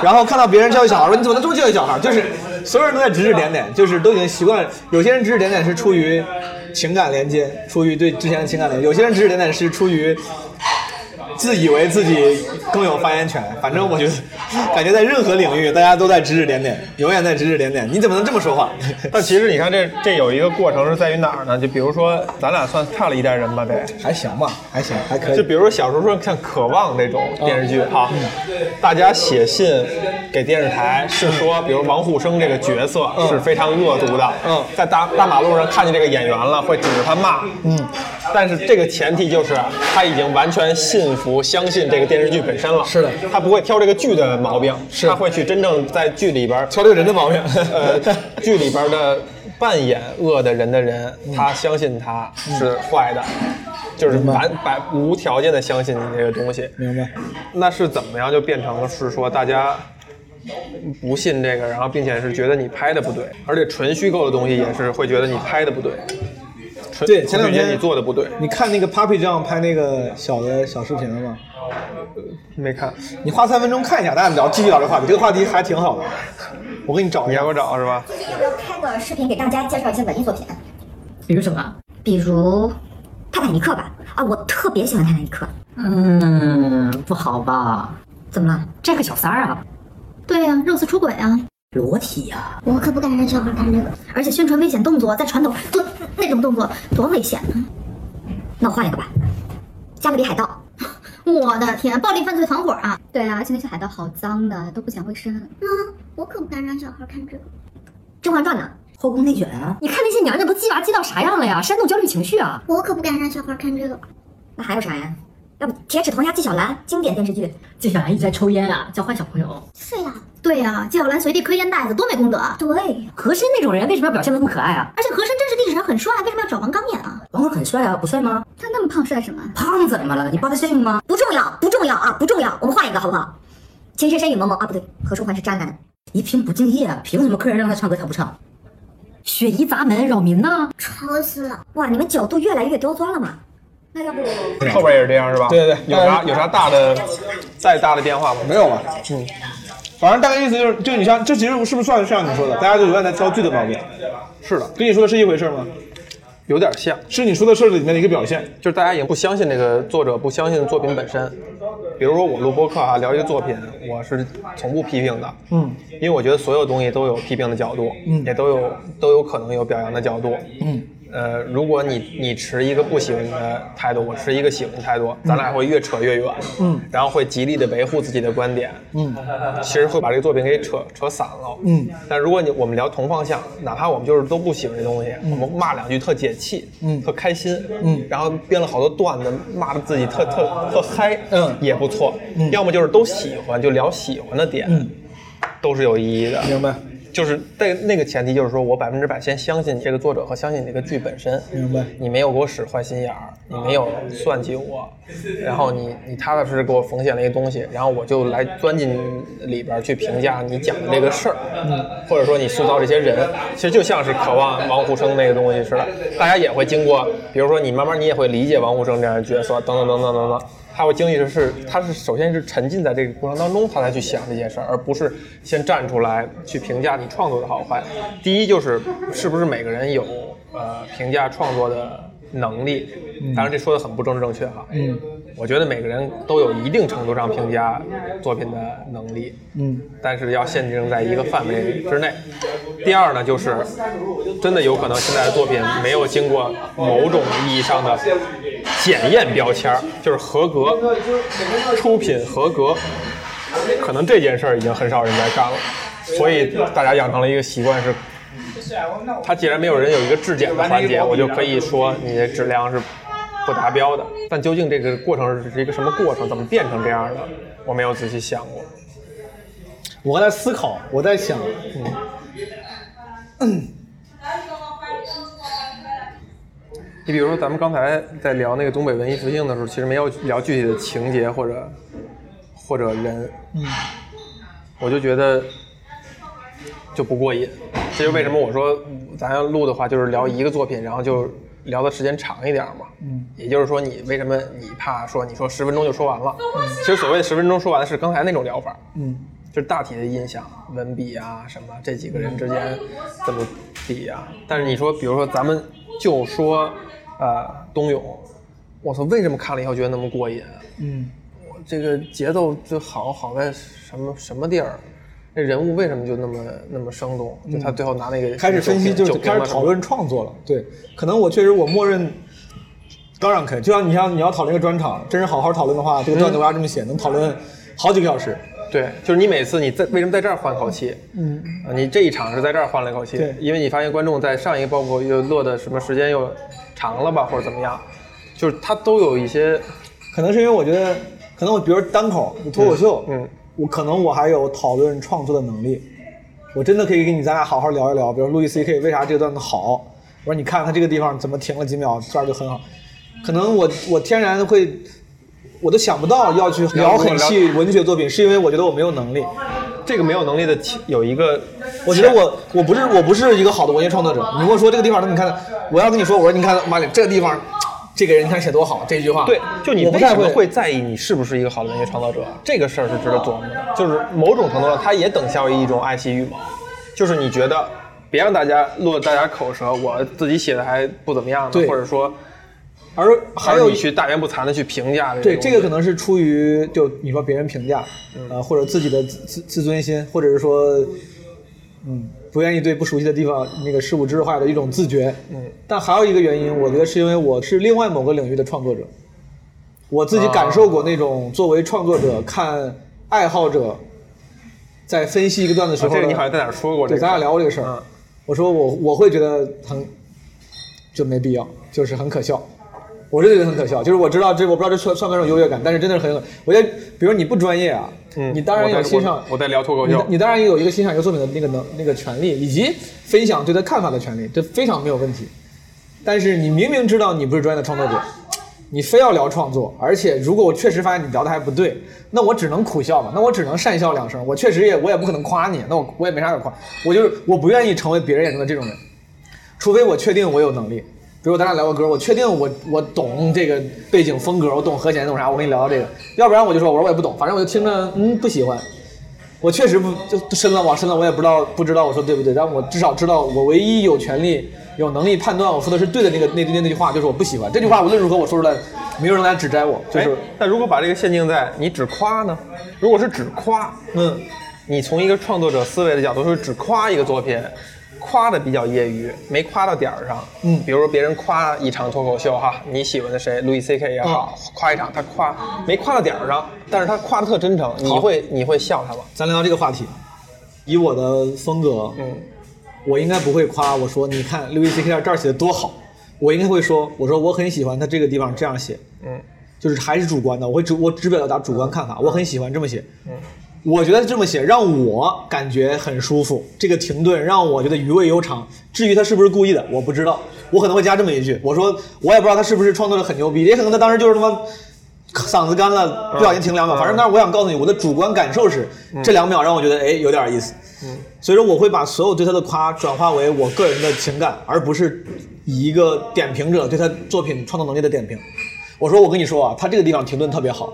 C: 然后看到别人教育小孩说你怎么能这么教育小孩？就是所有人都在指指点点，就是都已经习惯了。有些人指指点点是出于情感连接，出于对之前的情感连接；有些人指指点点是出于自以为自己更有发言权。反正我觉得，感觉在任何领域大家都在指指点点，永远在指指点点。你怎么能这么说话？
A: 但其实你看这这有一个过程是在于哪儿呢？就比如说咱俩算差了一代人吧，得。
C: 还行吧，还行，还可以。
A: 就比如说小时候说像《渴望》这种
C: 嗯
A: 电视剧啊，大家写信给电视台
C: 嗯
A: 是说，比如王沪生这个角色是非常恶毒的，
C: 嗯
A: 在大大马路上看见这个演员了，会指着他骂，嗯，但是这个前提就是啊他已经完全信服、相信这个电视剧本身了，
C: 是的
A: 他不会挑这个剧的毛病，
C: 是
A: 他会去真正在剧里边
C: 挑这个人的毛病。
A: 呃，剧里边的扮演恶的人的人，
C: 嗯
A: 他相信他是坏的，就是完百无条件的相信你这个东西。
C: 明白。
A: 那是怎么样就变成了是说大家不信这个，然后并且是觉得你拍的不对，而且纯虚构的东西也是会觉得你拍的不对，纯
C: 对前两
A: 纯觉得
C: 天
A: 你做的不对，
C: 你看那个 Papi 酱拍那个小的小视频了吗？
A: 没看，
C: 你花三分钟看一下，大家聊，继续聊这个话题，这个话题还挺好的。我给你找一
A: 你还
C: 下
A: 给，我找是吧？
G: 要不要开个视频给大家介绍一些文艺作品？
H: 比如什么？
G: 比如《泰坦尼克》吧。啊，我特别喜欢《泰坦尼克》。
H: 嗯，不好吧？
G: 怎么了？
H: 这个小三儿啊，
E: 对呀、肉丝出轨啊！
H: 裸体啊呀、
G: 我可不敢让小孩看这个，而且宣传危险动作，在船头做那种动作多危险呢。那我换一个吧，《加勒比海盗》。
E: 我的天，暴力犯罪团伙啊！
I: 对啊，而且那些海盗好脏的，都不想卫生。
G: 嗯，
E: 我可不敢让小孩看这个。
G: 《甄嬛传》呢？
H: 后宫内卷啊！你看那些娘娘都鸡娃鸡到啥样了呀？煽动焦虑情绪啊！
E: 我可不敢让小孩看这个。
G: 那还有啥呀？要不《铁齿铜牙纪晓岚》经典电视剧，
H: 纪晓岚一直在抽烟啊，叫坏小朋友。
G: 是呀、
E: 对呀、纪晓岚随地磕烟袋子，多没功德啊！
G: 对，
H: 和珅那种人为什么要表现的那么可爱啊？
E: 而且和珅真是历史上很帅，为什么要找王刚演啊？
H: 王刚很帅啊，不帅吗？
E: 他那么胖，帅什么？
H: 胖子怎么了？你抱他炫吗？
G: 不重要，不重要啊，不重要，我们换一个好不好？情深深雨蒙蒙啊，不对，何书桓是渣男，
H: 一听不敬业啊！凭什么客人让他唱歌他不唱？雪姨砸门扰民呢？
E: 吵死了！
G: 哇，你们角度越来越刁钻了嘛？那要不
A: 后边也是这样是吧？
C: 对对对
A: 有啥有啥大的再大的变化吗？
C: 没有吧？嗯，反正大概意思就是，就你像这其实是不是算是像你说的，大家就永远在挑剧的毛病，
A: 是的，
C: 跟你说的是一回事吗？
A: 有点像，
C: 是你说的事儿里面的一个表现。
A: 就是大家也不相信这个作者，不相信作品本身。比如说我录播客啊，聊一个作品，我是从不批评的，
C: 嗯，
A: 因为我觉得所有东西都有批评的角度，
C: 嗯
A: 也都有都有可能有表扬的角度，
C: 嗯。
A: 呃，如果你你持一个不喜欢的态度，我持一个喜欢的态度，咱俩会越扯越远，
C: 嗯，
A: 然后会极力的维护自己的观点，
C: 嗯，
A: 其实会把这个作品给扯扯散了，
C: 嗯。
A: 但如果你我们聊同方向，哪怕我们就是都不喜欢这东西，我们骂两句特解气，
C: 嗯
A: 特开心，
C: 嗯
A: 然后编了好多段子，骂的自己特特特嗨，
C: 嗯
A: 也不错，
C: 嗯
A: 要么就是都喜欢，就聊喜欢的点，
C: 嗯
A: 都是有意义的，
C: 明白，
A: 就是在那个前提，就是说我百分之百先相信你这个作者和相信你这个剧本身。
C: 明白
A: 你没有给我使坏心眼儿，你没有算计我，然后你你踏踏实实给我缝线了一个东西，然后我就来钻进里边儿去评价你讲的这个事儿，嗯，或者说你塑造这些人，其实就像是渴望王沪生那个东西似的，大家也会经过，比如说你慢慢你也会理解王沪生这样的角色，等等等等等等。他会经历的是，他是首先是沉浸在这个过程当中，他才去想这件事儿，而不是先站出来去评价你创作的好坏。第一就是是不是每个人有呃评价创作的能力，当然这说的很不正正确哈。
C: 嗯，
A: 我觉得每个人都有一定程度上评价作品的能力，
C: 嗯，
A: 但是要限定在一个范围之内。第二呢，就是真的有可能现在的作品没有经过某种意义上的检验标签儿，就是合格、出品合格，可能这件事儿已经很少人在干了，所以大家养成了一个习惯是。它既然没有人有一个质检的环节，我就可以说你的质量是不达标的。但究竟这个过程是一个什么过程，怎么变成这样的，我没有仔细想过。
C: 我在思考，我在想，嗯，
A: 你比如说，咱们刚才在聊那个东北文艺复兴的时候，其实没有聊具体的情节或者或者人，嗯，我就觉得就不过瘾。这就为什么我说咱要录的话，就是聊一个作品，然后就聊的时间长一点嘛。嗯，也就是说，你为什么你怕说你说十分钟就说完了？其实所谓的十分钟说完是刚才那种聊法。
C: 嗯，
A: 就是大体的印象，文笔啊什么，这几个人之间怎么比啊？但是你说，比如说咱们就说，呃，冬泳，我操，为什么看了以后觉得那么过瘾？啊
C: 嗯，
A: 我这个节奏就好好在什么什么地儿？那人物为什么就那么那么生动？就他最后拿那个
C: 开始分析，就是
A: 酒瓶
C: 开始讨，论创作了。对，可能我确实我默认，当然可以。就像你像你要讨论一个专场，真是好好讨论的话，这个段子我要这么写，能讨论好几个小时。
A: 酒瓶对，就是你每次你在为什么在这儿换口气？嗯，你这一场是在这儿换了一口气
C: 对，
A: 因为你发现观众在上一个包袱又落的什么时间又长了吧，或者怎么样，就是他都有一些
C: 可能是因为我觉得，可能我比如单口、脱口秀，
A: 嗯嗯
C: 我可能我还有讨论创作的能力，我真的可以跟你咱俩好好聊一聊，比如路易 C K 为啥这个段子好，我说你看他这个地方怎么停了几秒，这儿就很好，可能我我天然会。我都想不到要去聊很细文学作品，是因为我觉得我没有能力。
A: 这个没有能力的其有一个，
C: 我觉得我我不是我不是一个好的文学创作者。你跟我说这个地方，你看，我要跟你说，我说你看，妈的，这个地方，这个人你看写多好，这句话。
A: 对，就你
C: 我不
A: 为
C: 太
A: 什
C: 会
A: 么会在意你是不是一个好的文学创作者？这个事儿是值得琢磨的，就是某种程度上，它也等效于一种爱惜羽毛，就是你觉得别让大家落大家口舌，我自己写的还不怎么样
C: 对
A: 呢，或者说
C: 而还有
A: 而你去大言不惭的去评价
C: 对，这个可
A: 能
C: 能是出于就你说别人评价，
A: 嗯
C: 呃，或者自己的自自自尊心，或者是说，嗯，不愿意对不熟悉的地方那个事物知识化的一种自觉。嗯，但还有一个原因，我觉得是因为我是另外某个领域的创作者，我自己感受
A: 啊
C: 过那种作为创作者看爱好者在分析一个段子时
A: 啊这
C: 候的，
A: 个你好像在哪儿说过，这个
C: 对，咱俩聊过这个事儿。
A: 嗯
C: 我说我我会觉得很就没必要，就是很可笑。我是觉得很可笑，就是我知道这我不知道这算算不算一种优越感，但是真的是很，我觉得比如你不专业啊，
A: 嗯
C: 你当然
A: 我在
C: 有欣赏
A: 我，我在聊脱口
C: 你
A: 秀，
C: 你当然也有一个欣赏一个作品的那个能那个权利，以及分享对他看法的权利，这非常没有问题。但是你明明知道你不是专业的创作者，你非要聊创作，而且如果我确实发现你聊的还不对，那我只能苦笑嘛，那我只能讪笑两声，我确实也我也不可能夸你，那我我也没啥可夸，我就是我不愿意成为别人眼中的这种人，除非我确定我有能力。比如咱俩聊个歌，我确定我我懂这个背景风格，我懂和弦，懂啥，我跟你聊聊这个。要不然我就说，我说我也不懂，反正我就听着，嗯，不喜欢，我确实不就深了往深了，我也不知道不知道我说对不对，但我至少知道我唯一有权利有能力判断我说的是对的那个那那那句话，就是我不喜欢这句话，无论如何我说出来，没有人来指摘我，就
A: 哎
C: 是，
A: 那如果把这个限定在你只夸呢？如果是只夸，
C: 嗯，
A: 你从一个创作者思维的角度说，只夸一个作品，夸的比较业余，没夸到点儿上。
C: 嗯
A: 比如说别人夸一场脱口秀哈，你喜欢的谁，路易 C K 也
C: 啊
A: 好，夸一场，他夸没夸到点儿上，但是他夸的特真诚，你会你会笑他吗？
C: 咱聊聊这个话题。以我的风格，
A: 嗯，
C: 我应该不会夸我说你看 Louis C K 这儿写的多好，我应该会说我说我很喜欢他这个地方这样写，
A: 嗯，
C: 就是还是主观的，我会只我只表达主观看法，我很喜欢这么写，嗯，我觉得这么写让我感觉很舒服，这个停顿让我觉得余味悠长。至于他是不是故意的，我不知道，我可能会加这么一句，我说我也不知道他是不是创作的很牛逼，也可能他当时就是他妈。嗓子干了，
A: 嗯
C: 不小心停两秒，反正但是我想告诉你，我的主观感受是，这两秒让我觉得哎有点意思，
A: 嗯
C: 所以说我会把所有对他的夸转化为我个人的情感，而不是以一个点评者对他作品创作能力的点评。我说我跟你说啊，他这个地方停顿特别好，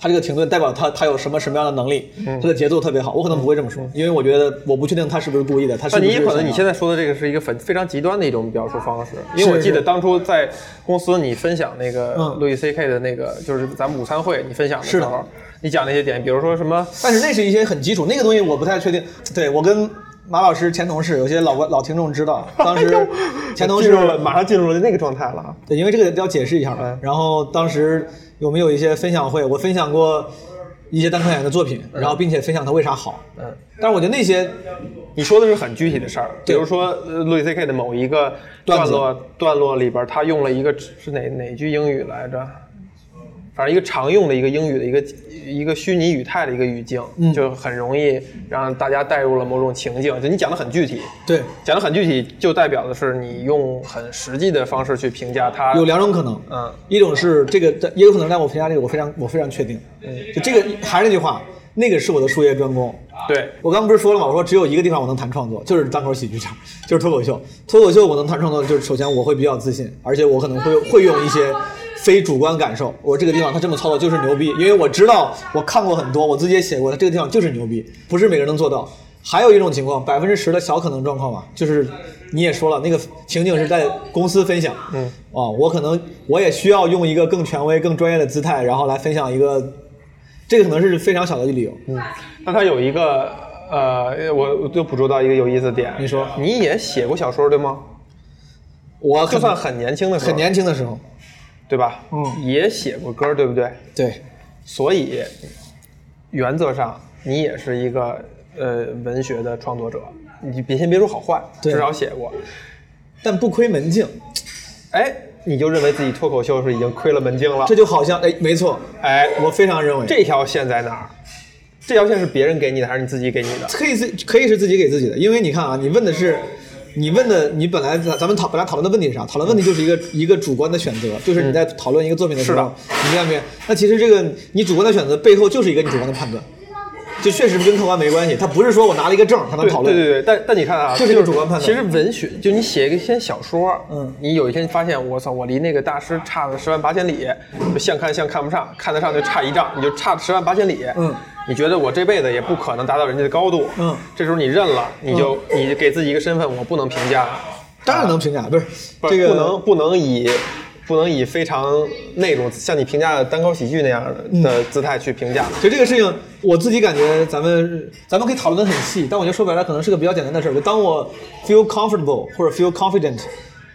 C: 他这个停顿代表他他有什么什么样的能力，
A: 嗯
C: 他的节奏特别好。我可能不会这么说，因为我觉得我不确定他是不是故意的，他
A: 那
C: 是不是
A: 你也可能你现
C: 在
A: 在说的这个是一个非非常极端的一种表述方式，因为我记得当初在公司你分享那个
C: 嗯
A: 路易 C K 的那个，就是咱们午餐会你分享的时
C: 是的
A: 候，你讲那些点，比如说什么
C: 但是那是一些很基础，那个东西我不太确定。对我跟马老师前同事，有些老观老听众知道，当时前同
A: 哎进
C: 事
A: 入了马上哎进入了那个状态了啊。
C: 对，因为这个要解释一下嘛。然后当时我们有一些分享会，我分享过一些单科演员的作
A: 哎
C: 品，然后并且分享它为啥好。嗯，但是我觉得那些
A: 你说的是很具体的事儿，比
C: 对
A: 如说呃路易 C K 的某一个段
C: 段子
A: 落段落里边，他用了一个是哪哪句英语来着？反正一个常用的一个英语的一个一个虚拟语态的一个语境，
C: 嗯
A: 就很容易让大家带入了某种情境。就你讲的很具体，
C: 对
A: 讲的很具体，就代表的是你用很实际的方式去评价它。
C: 有两种可能，
A: 嗯
C: 一种是这个，也有可能让我评价这个，我非常我非常确定。嗯，就这个还是那句话，那个是我的术业专攻。
A: 对，
C: 我刚不是说了吗？我说只有一个地方我能谈创作，就是单口喜剧场， 就是脱口秀。脱口秀我能谈创作，就是首先我会比较自信，而且我可能会会用一些非主观感受。我这个地方他这么操作就是牛逼，因为我知道我看过很多，我自己也写过，他这个地方就是牛逼，不是每个人能做到。还有一种情况，百分之十的小可能状况吧，就是你也说了，那个情景是在公司分享，嗯，哦，我可能我也需要用一个更权威、更专业的姿态，然后来分享一个，这个可能是非常小的理由，嗯，
A: 那他有一个呃，我我就捕捉到一个有意思的点。
C: 你说
A: 你也写过小说对吗？
C: 我
A: 就
C: 很
A: 算很年轻的时候，
C: 很年轻的时候，
A: 对吧？嗯，也写过歌，对不对？
C: 对，
A: 所以原则上你也是一个呃文学的创作者，你别先别说好坏，
C: 对
A: 至少写过。
C: 但不亏门径，
A: 哎，你就认为自己脱口秀是已经亏了门径了
C: 这？就好像哎，没错，
A: 哎，
C: 我非常认为
A: 这条线在哪儿？这条线是别人给你的还是你自己给你的？
C: 可以自可以是自己给自己的，因为你看啊，你问的是。你问的，你本来咱咱们讨本来讨论的问题是啥？讨论问题就是一个一个主观的选择，就是你在讨论一个作品的
A: 嗯
C: 时
A: 是
C: 候，
A: 的
C: 你看没？那其实这个你主观的选择背后就是一个你主观的判断，就确实跟客观没关系。它不是说我拿了一个证儿才能
A: 对
C: 讨论，
A: 对对对，但但你看啊，
C: 这是一种主观判断
A: 其实文学，就你写一篇小说，
C: 嗯
A: 你有一天发现，我操，我离那个大师差了十万八千里，就像看像看不上，看得上就差一丈，你就差十万八千里。
C: 嗯，
A: 你觉得我这辈子也不可能达到人家的高度。
C: 嗯
A: 这时候你认了，你就、你就给自己一个身份，我不能评价，啊
C: 当然能评价，不是
A: 不
C: 这个
A: 不能不能以。不能以非常那种像你评价的单口喜剧那样
C: 嗯
A: 的姿态去评价，
C: 其实这个事情，我自己感觉咱们咱们可以讨论的很细，但我觉得说白了，可能是个比较简单的事儿。就当我 feel comfortable 或者 feel confident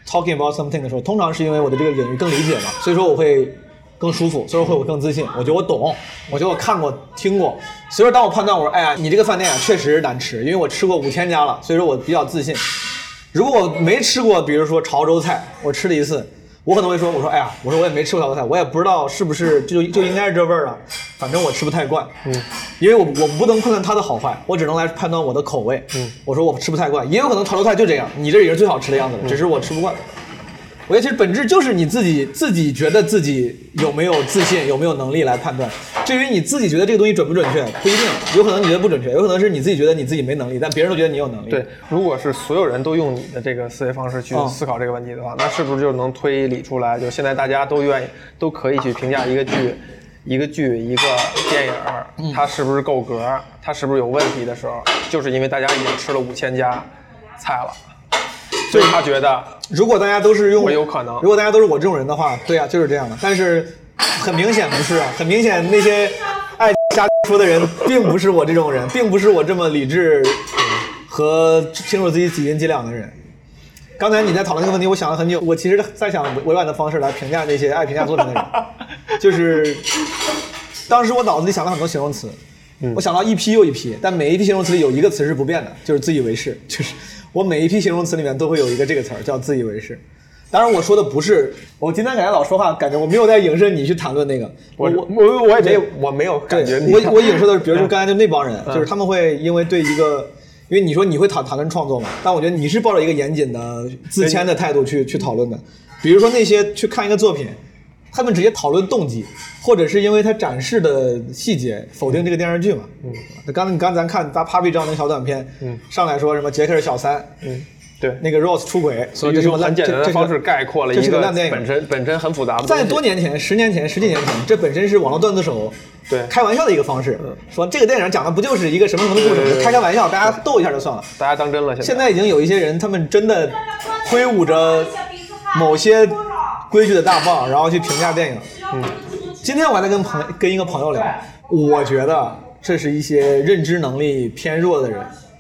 C: talking about something 的时候，通常是因为我对这个领域更理解嘛，所以说我会更舒服，所以说会我更自信。我觉得我懂，我觉得我看过听过。所以说当我判断我说，哎呀，你这个饭店啊确实难吃，因为我吃过五千家了，所以说我比较自信。如果我没吃过，比如说潮州菜，我吃了一次，我可能会说，我说哎呀，我说我也没吃过潮州菜，我也不知道是不是就就应该是这味儿了，反正我吃不太惯，嗯，因为我我不能判断它的好坏，我只能来判断我的口味，嗯，我说我吃不太惯，也有可能潮州菜就这样，你这也是最好吃的样子了，只是我吃不惯。我觉得其实本质就是你自己自己觉得自己有没有自信，有没有能力来判断。至于你自己觉得这个东西准不准确，不一定，有可能你觉得不准确，有可能是你自己觉得你自己没能力，但别人都觉得你有能力。
A: 对，如果是所有人都用你的这个思维方式去
C: 嗯
A: 思考这个问题的话，那是不是就能推理出来？就现在大家都愿意，都可以去评价一个剧、一个剧、一个电影儿，
C: 嗯
A: 它是不是够格儿，它是不是有问题的时候，就是因为大家已经吃了五千家菜了。所以他觉得
C: 如果大家都是用
A: 我有可能
C: 如果大家都是我这种人的话，对啊，就是这样的。但是很明显不是啊，很明显那些爱瞎说的人，并不是我这种人，并不是我这么理智和清楚自己几斤几两的人。刚才你在讨论这个问题，我想了很久。我其实在想委婉的方式来评价这些爱评价作品的人，就是当时我脑子里想了很多形容词，我想到一批又一批，但每一批形容词里有一个词是不变的，就是自以为是。就是我每一批形容词里面都会有一个这个词儿叫自以为是。当然我说的不是，我今天感觉老说话，感觉我没有在影射你去谈论那个，
A: 我我我也没有我没有感觉
C: 对，
A: 你嗯
C: 我 我影射的是，比如说刚才就那帮人，就是他们会因为对一个，因为你说你会谈谈论创作嘛，但我觉得你是抱着一个严谨的自谦的态度去去讨论的。比如说那些去看一个作品，他们直接讨论动机，或者是因为他展示的细节否定这个电视剧嘛。嗯，那刚才你刚才咱看咱 Papi 张那个小短片，嗯，上来说什么杰克是小三，嗯，
A: 对
C: 那个 Rose 出轨，所以这是
A: 用
C: 个烂
A: 很简单
C: 这
A: 的
C: 这是个
A: 方式概括了
C: 这
A: 一
C: 是
A: 个
C: 个烂电影，
A: 本身本身很复杂的东西。
C: 在多年前，十年前、十几年前，这本身是网络段子手
A: 对嗯
C: 开玩笑的一个方式，说这个电影讲的不就是一个什么什么的故
A: 对对
C: 事，
A: 对
C: 开开玩笑，大家逗一下就算了。
A: 大家当真了，现在
C: 现在已经有一些人，他们真的挥舞着某些规矩的大棒，然后去评价电影。嗯，今天我还在跟朋跟一个朋友聊，我觉得这是一些认知能力偏弱的人。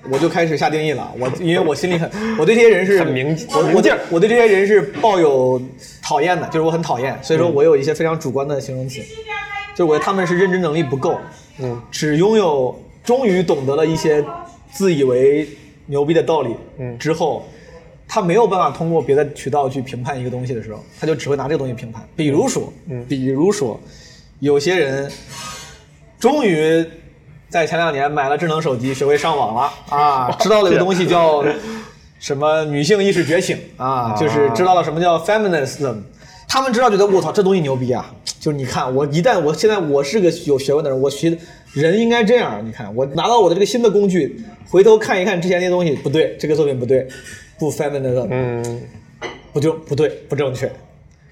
C: 我就开始下定义了，我因为我心里很，我对这些人是
A: 很明
C: 我
A: 明
C: 我
A: 镜
C: 对
A: 儿
C: 我对这些人是抱有讨厌的，就是我很讨厌，所以
A: 嗯
C: 说我有一些非常主观的形容词，就是我觉得他们是认知能力不够，嗯，只拥有终于懂得了一些自以为牛逼的道理，嗯，之后他没有办法通过别的渠道去评判一个东西的时候，他就只会拿这个东西评判。比如说，嗯，比如说，有些人终于在前两年买了智能手机，学会上网了 啊，知道了一个东西叫什么女性意识觉醒啊，就是知道了什么叫 feminism。他们知道，觉得我操，这东西牛逼啊！就是你看，我一旦我现在我是个有学问的人，我学人应该这样。你看，我拿到我的这个新的工具，回头看一看之前那些东西，不对，这个作品不对，不 feminism，
A: 嗯，
C: 不就不对，不正确，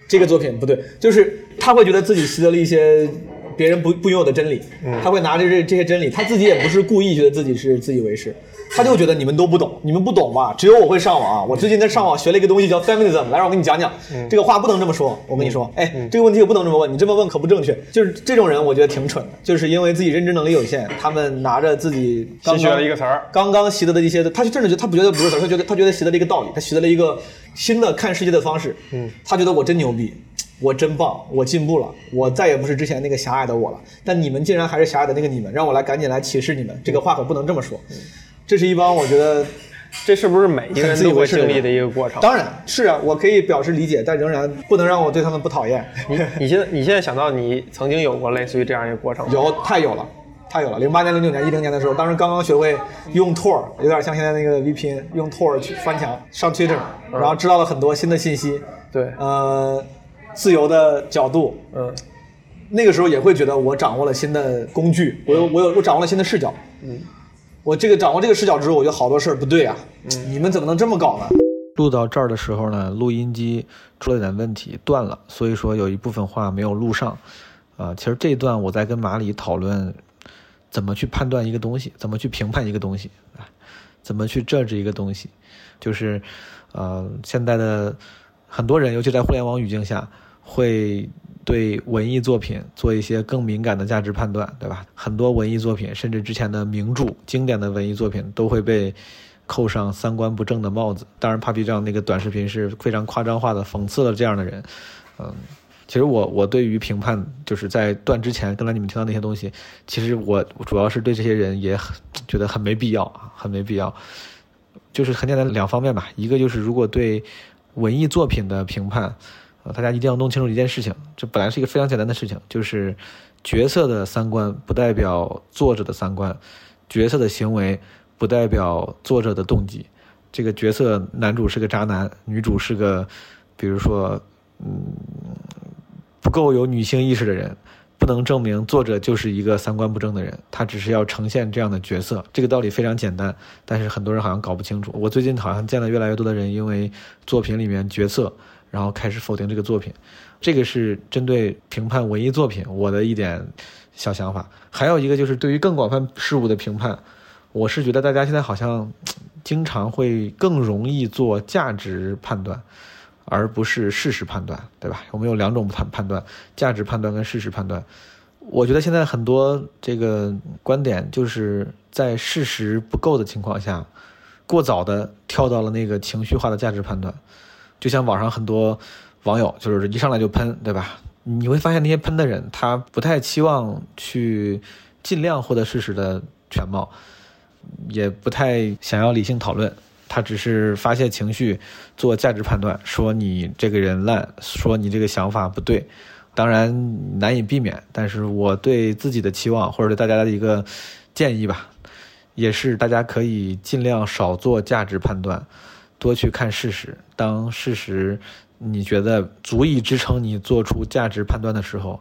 C: 这个作品不对，就是他会觉得自己习得了一些别人不不拥有的真理，
A: 嗯
C: 他会拿着这这些真理，他自己也不是故意觉得自己是自以为是，他就觉得你们都不懂，你们不懂吧？只有我会上网啊！我最近在上网学了一个东西叫 feminism，来让我跟你讲讲，
A: 嗯
C: 这个话不能这么说，我跟你说，哎，这个问题也不能这么问，你这么问可不正确。就是这种人，我觉得挺蠢的，就是因为自己认知能力有限，他们拿着自己刚
A: 新
C: 刚
A: 学了一个词儿，
C: 刚刚习得的一些，他就真的觉得他不觉得不是词儿，他觉得他觉得习得了一个道理，他习得了一个新的看世界的方式。嗯，他觉得我真牛逼，我真棒，我进步了，我再也不是之前那个狭隘的我了。但你们竟然还是狭隘的那个你们，让我来赶紧来歧视你
A: 嗯
C: 们，这个话可不能这么说。这是一帮我觉得，
A: 这是不是每一个人都会经历的一个过程？
C: 当然是啊，我可以表示理解，但仍然不能让我对他们不讨 厌。
A: 你 你现在你现在想到你曾经有过类似于这样一个过程吗？
C: 有，太有了，太有了。零八年、零九年、一零年的时候，当时刚刚学会用 Tor，有点像现在那个 VPN，用 Tor 去翻墙上 Twitter，然后知道了很多新的信息。
A: 嗯对
C: 呃，自由的角度，
A: 嗯，
C: 那个时候也会觉得我掌握了新的工具，我有我有我掌握了新的视角。嗯，我这个掌握这个视角之后，我觉得好多事儿不对啊，
A: 嗯
C: 你们怎么能这么搞呢？
D: 录到这儿的时候呢，录音机出了点问题，断了，所以说有一部分话没有录上。啊、其实这一段我在跟马里讨论怎么去判断一个东西，怎么去评判一个东西，啊怎么去 judge 一个东西，就是呃，现在的很多人，尤其在互联网语境下，会对文艺作品做一些更敏感的价值判断，对吧？很多文艺作品，甚至之前的名著、经典的文艺作品，都会被扣上三观不正的帽子。当然，Papi 酱那个短视频是非常夸张化的讽刺了这样的人。嗯，其实我我对于评判，就是在断之前，刚才你们听到那些东西，其实我我主要是对这些人也很觉得很没必要啊，很没必要。就是很简单两方面吧，一个就是如果对文艺作品的评判，呃，大家一定要弄清楚一件事情，这本来是一个非常简单的事情，就是角色的三观不代表作者的三观，角色的行为不代表作者的动机。这个角色男主是个渣男，女主是个，比如说，嗯，不够有女性意识的人，不能证明作者就是一个三观不正的人，他只是要呈现这样的角色。这个道理非常简单，但是很多人好像搞不清楚。我最近好像见了越来越多的人，因为作品里面角色，然后开始否定这个作品。这个是针对评判文艺作品我的一点小想法。还有一个就是对于更广泛事物的评判，我是觉得大家现在好像经常会更容易做价值判断，而不是事实判断，对吧？我们有两种判判断，价值判断跟事实判断。我觉得现在很多这个观点就是在事实不够的情况下，过早的跳到了那个情绪化的价值判断，就像网上很多网友就是一上来就喷，对吧？你会发现那些喷的人，他不太期望去尽量获得事实的全貌，也不太想要理性讨论，他只是发泄情绪，做价值判断，说你这个人烂，说你这个想法不对。当然难以避免，但是我对自己的期望或者对大家的一个建议吧，也是大家可以尽量少做价值判断，多去看事实。当事实你觉得足以支撑你做出价值判断的时候，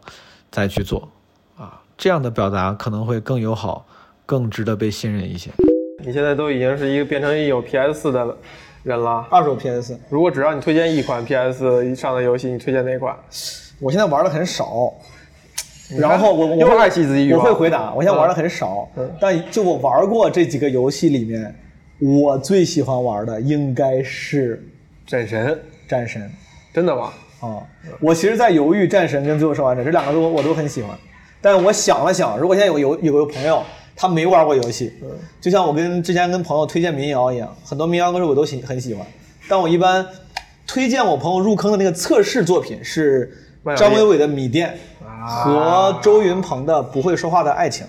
D: 再去做。啊，这样的表达可能会更友好，更值得被信任一些。
F: 你现在都已经是一个变成一有 PS 四的人了。
C: 二手 PS，
F: 如果只让你推荐一款 PS 上的游戏，你推荐哪款？
C: 我现在玩的很少。然后我我
F: 又
C: 会
F: 爱惜自己欲望
C: 我
F: 嗯
C: 会回答。我现在玩的很少，但就我玩过这几个游戏里面，我最喜欢玩的应该是
F: 战神，
C: 《战神》
F: 真的吗？
C: 啊、我其实，在犹豫《战神》跟《最后生还者》这两个都我都很喜欢，但我想了想，如果现在有个有有个朋友他没玩过游戏，就像我跟之前跟朋友推荐民谣一样，很多民谣歌手我都喜很喜欢，但我一般推荐我朋友入坑的那个测试作品是
F: 万有
C: 张
F: 引
C: 伟伟的《米店》和周云鹏的《不会说话的爱情》。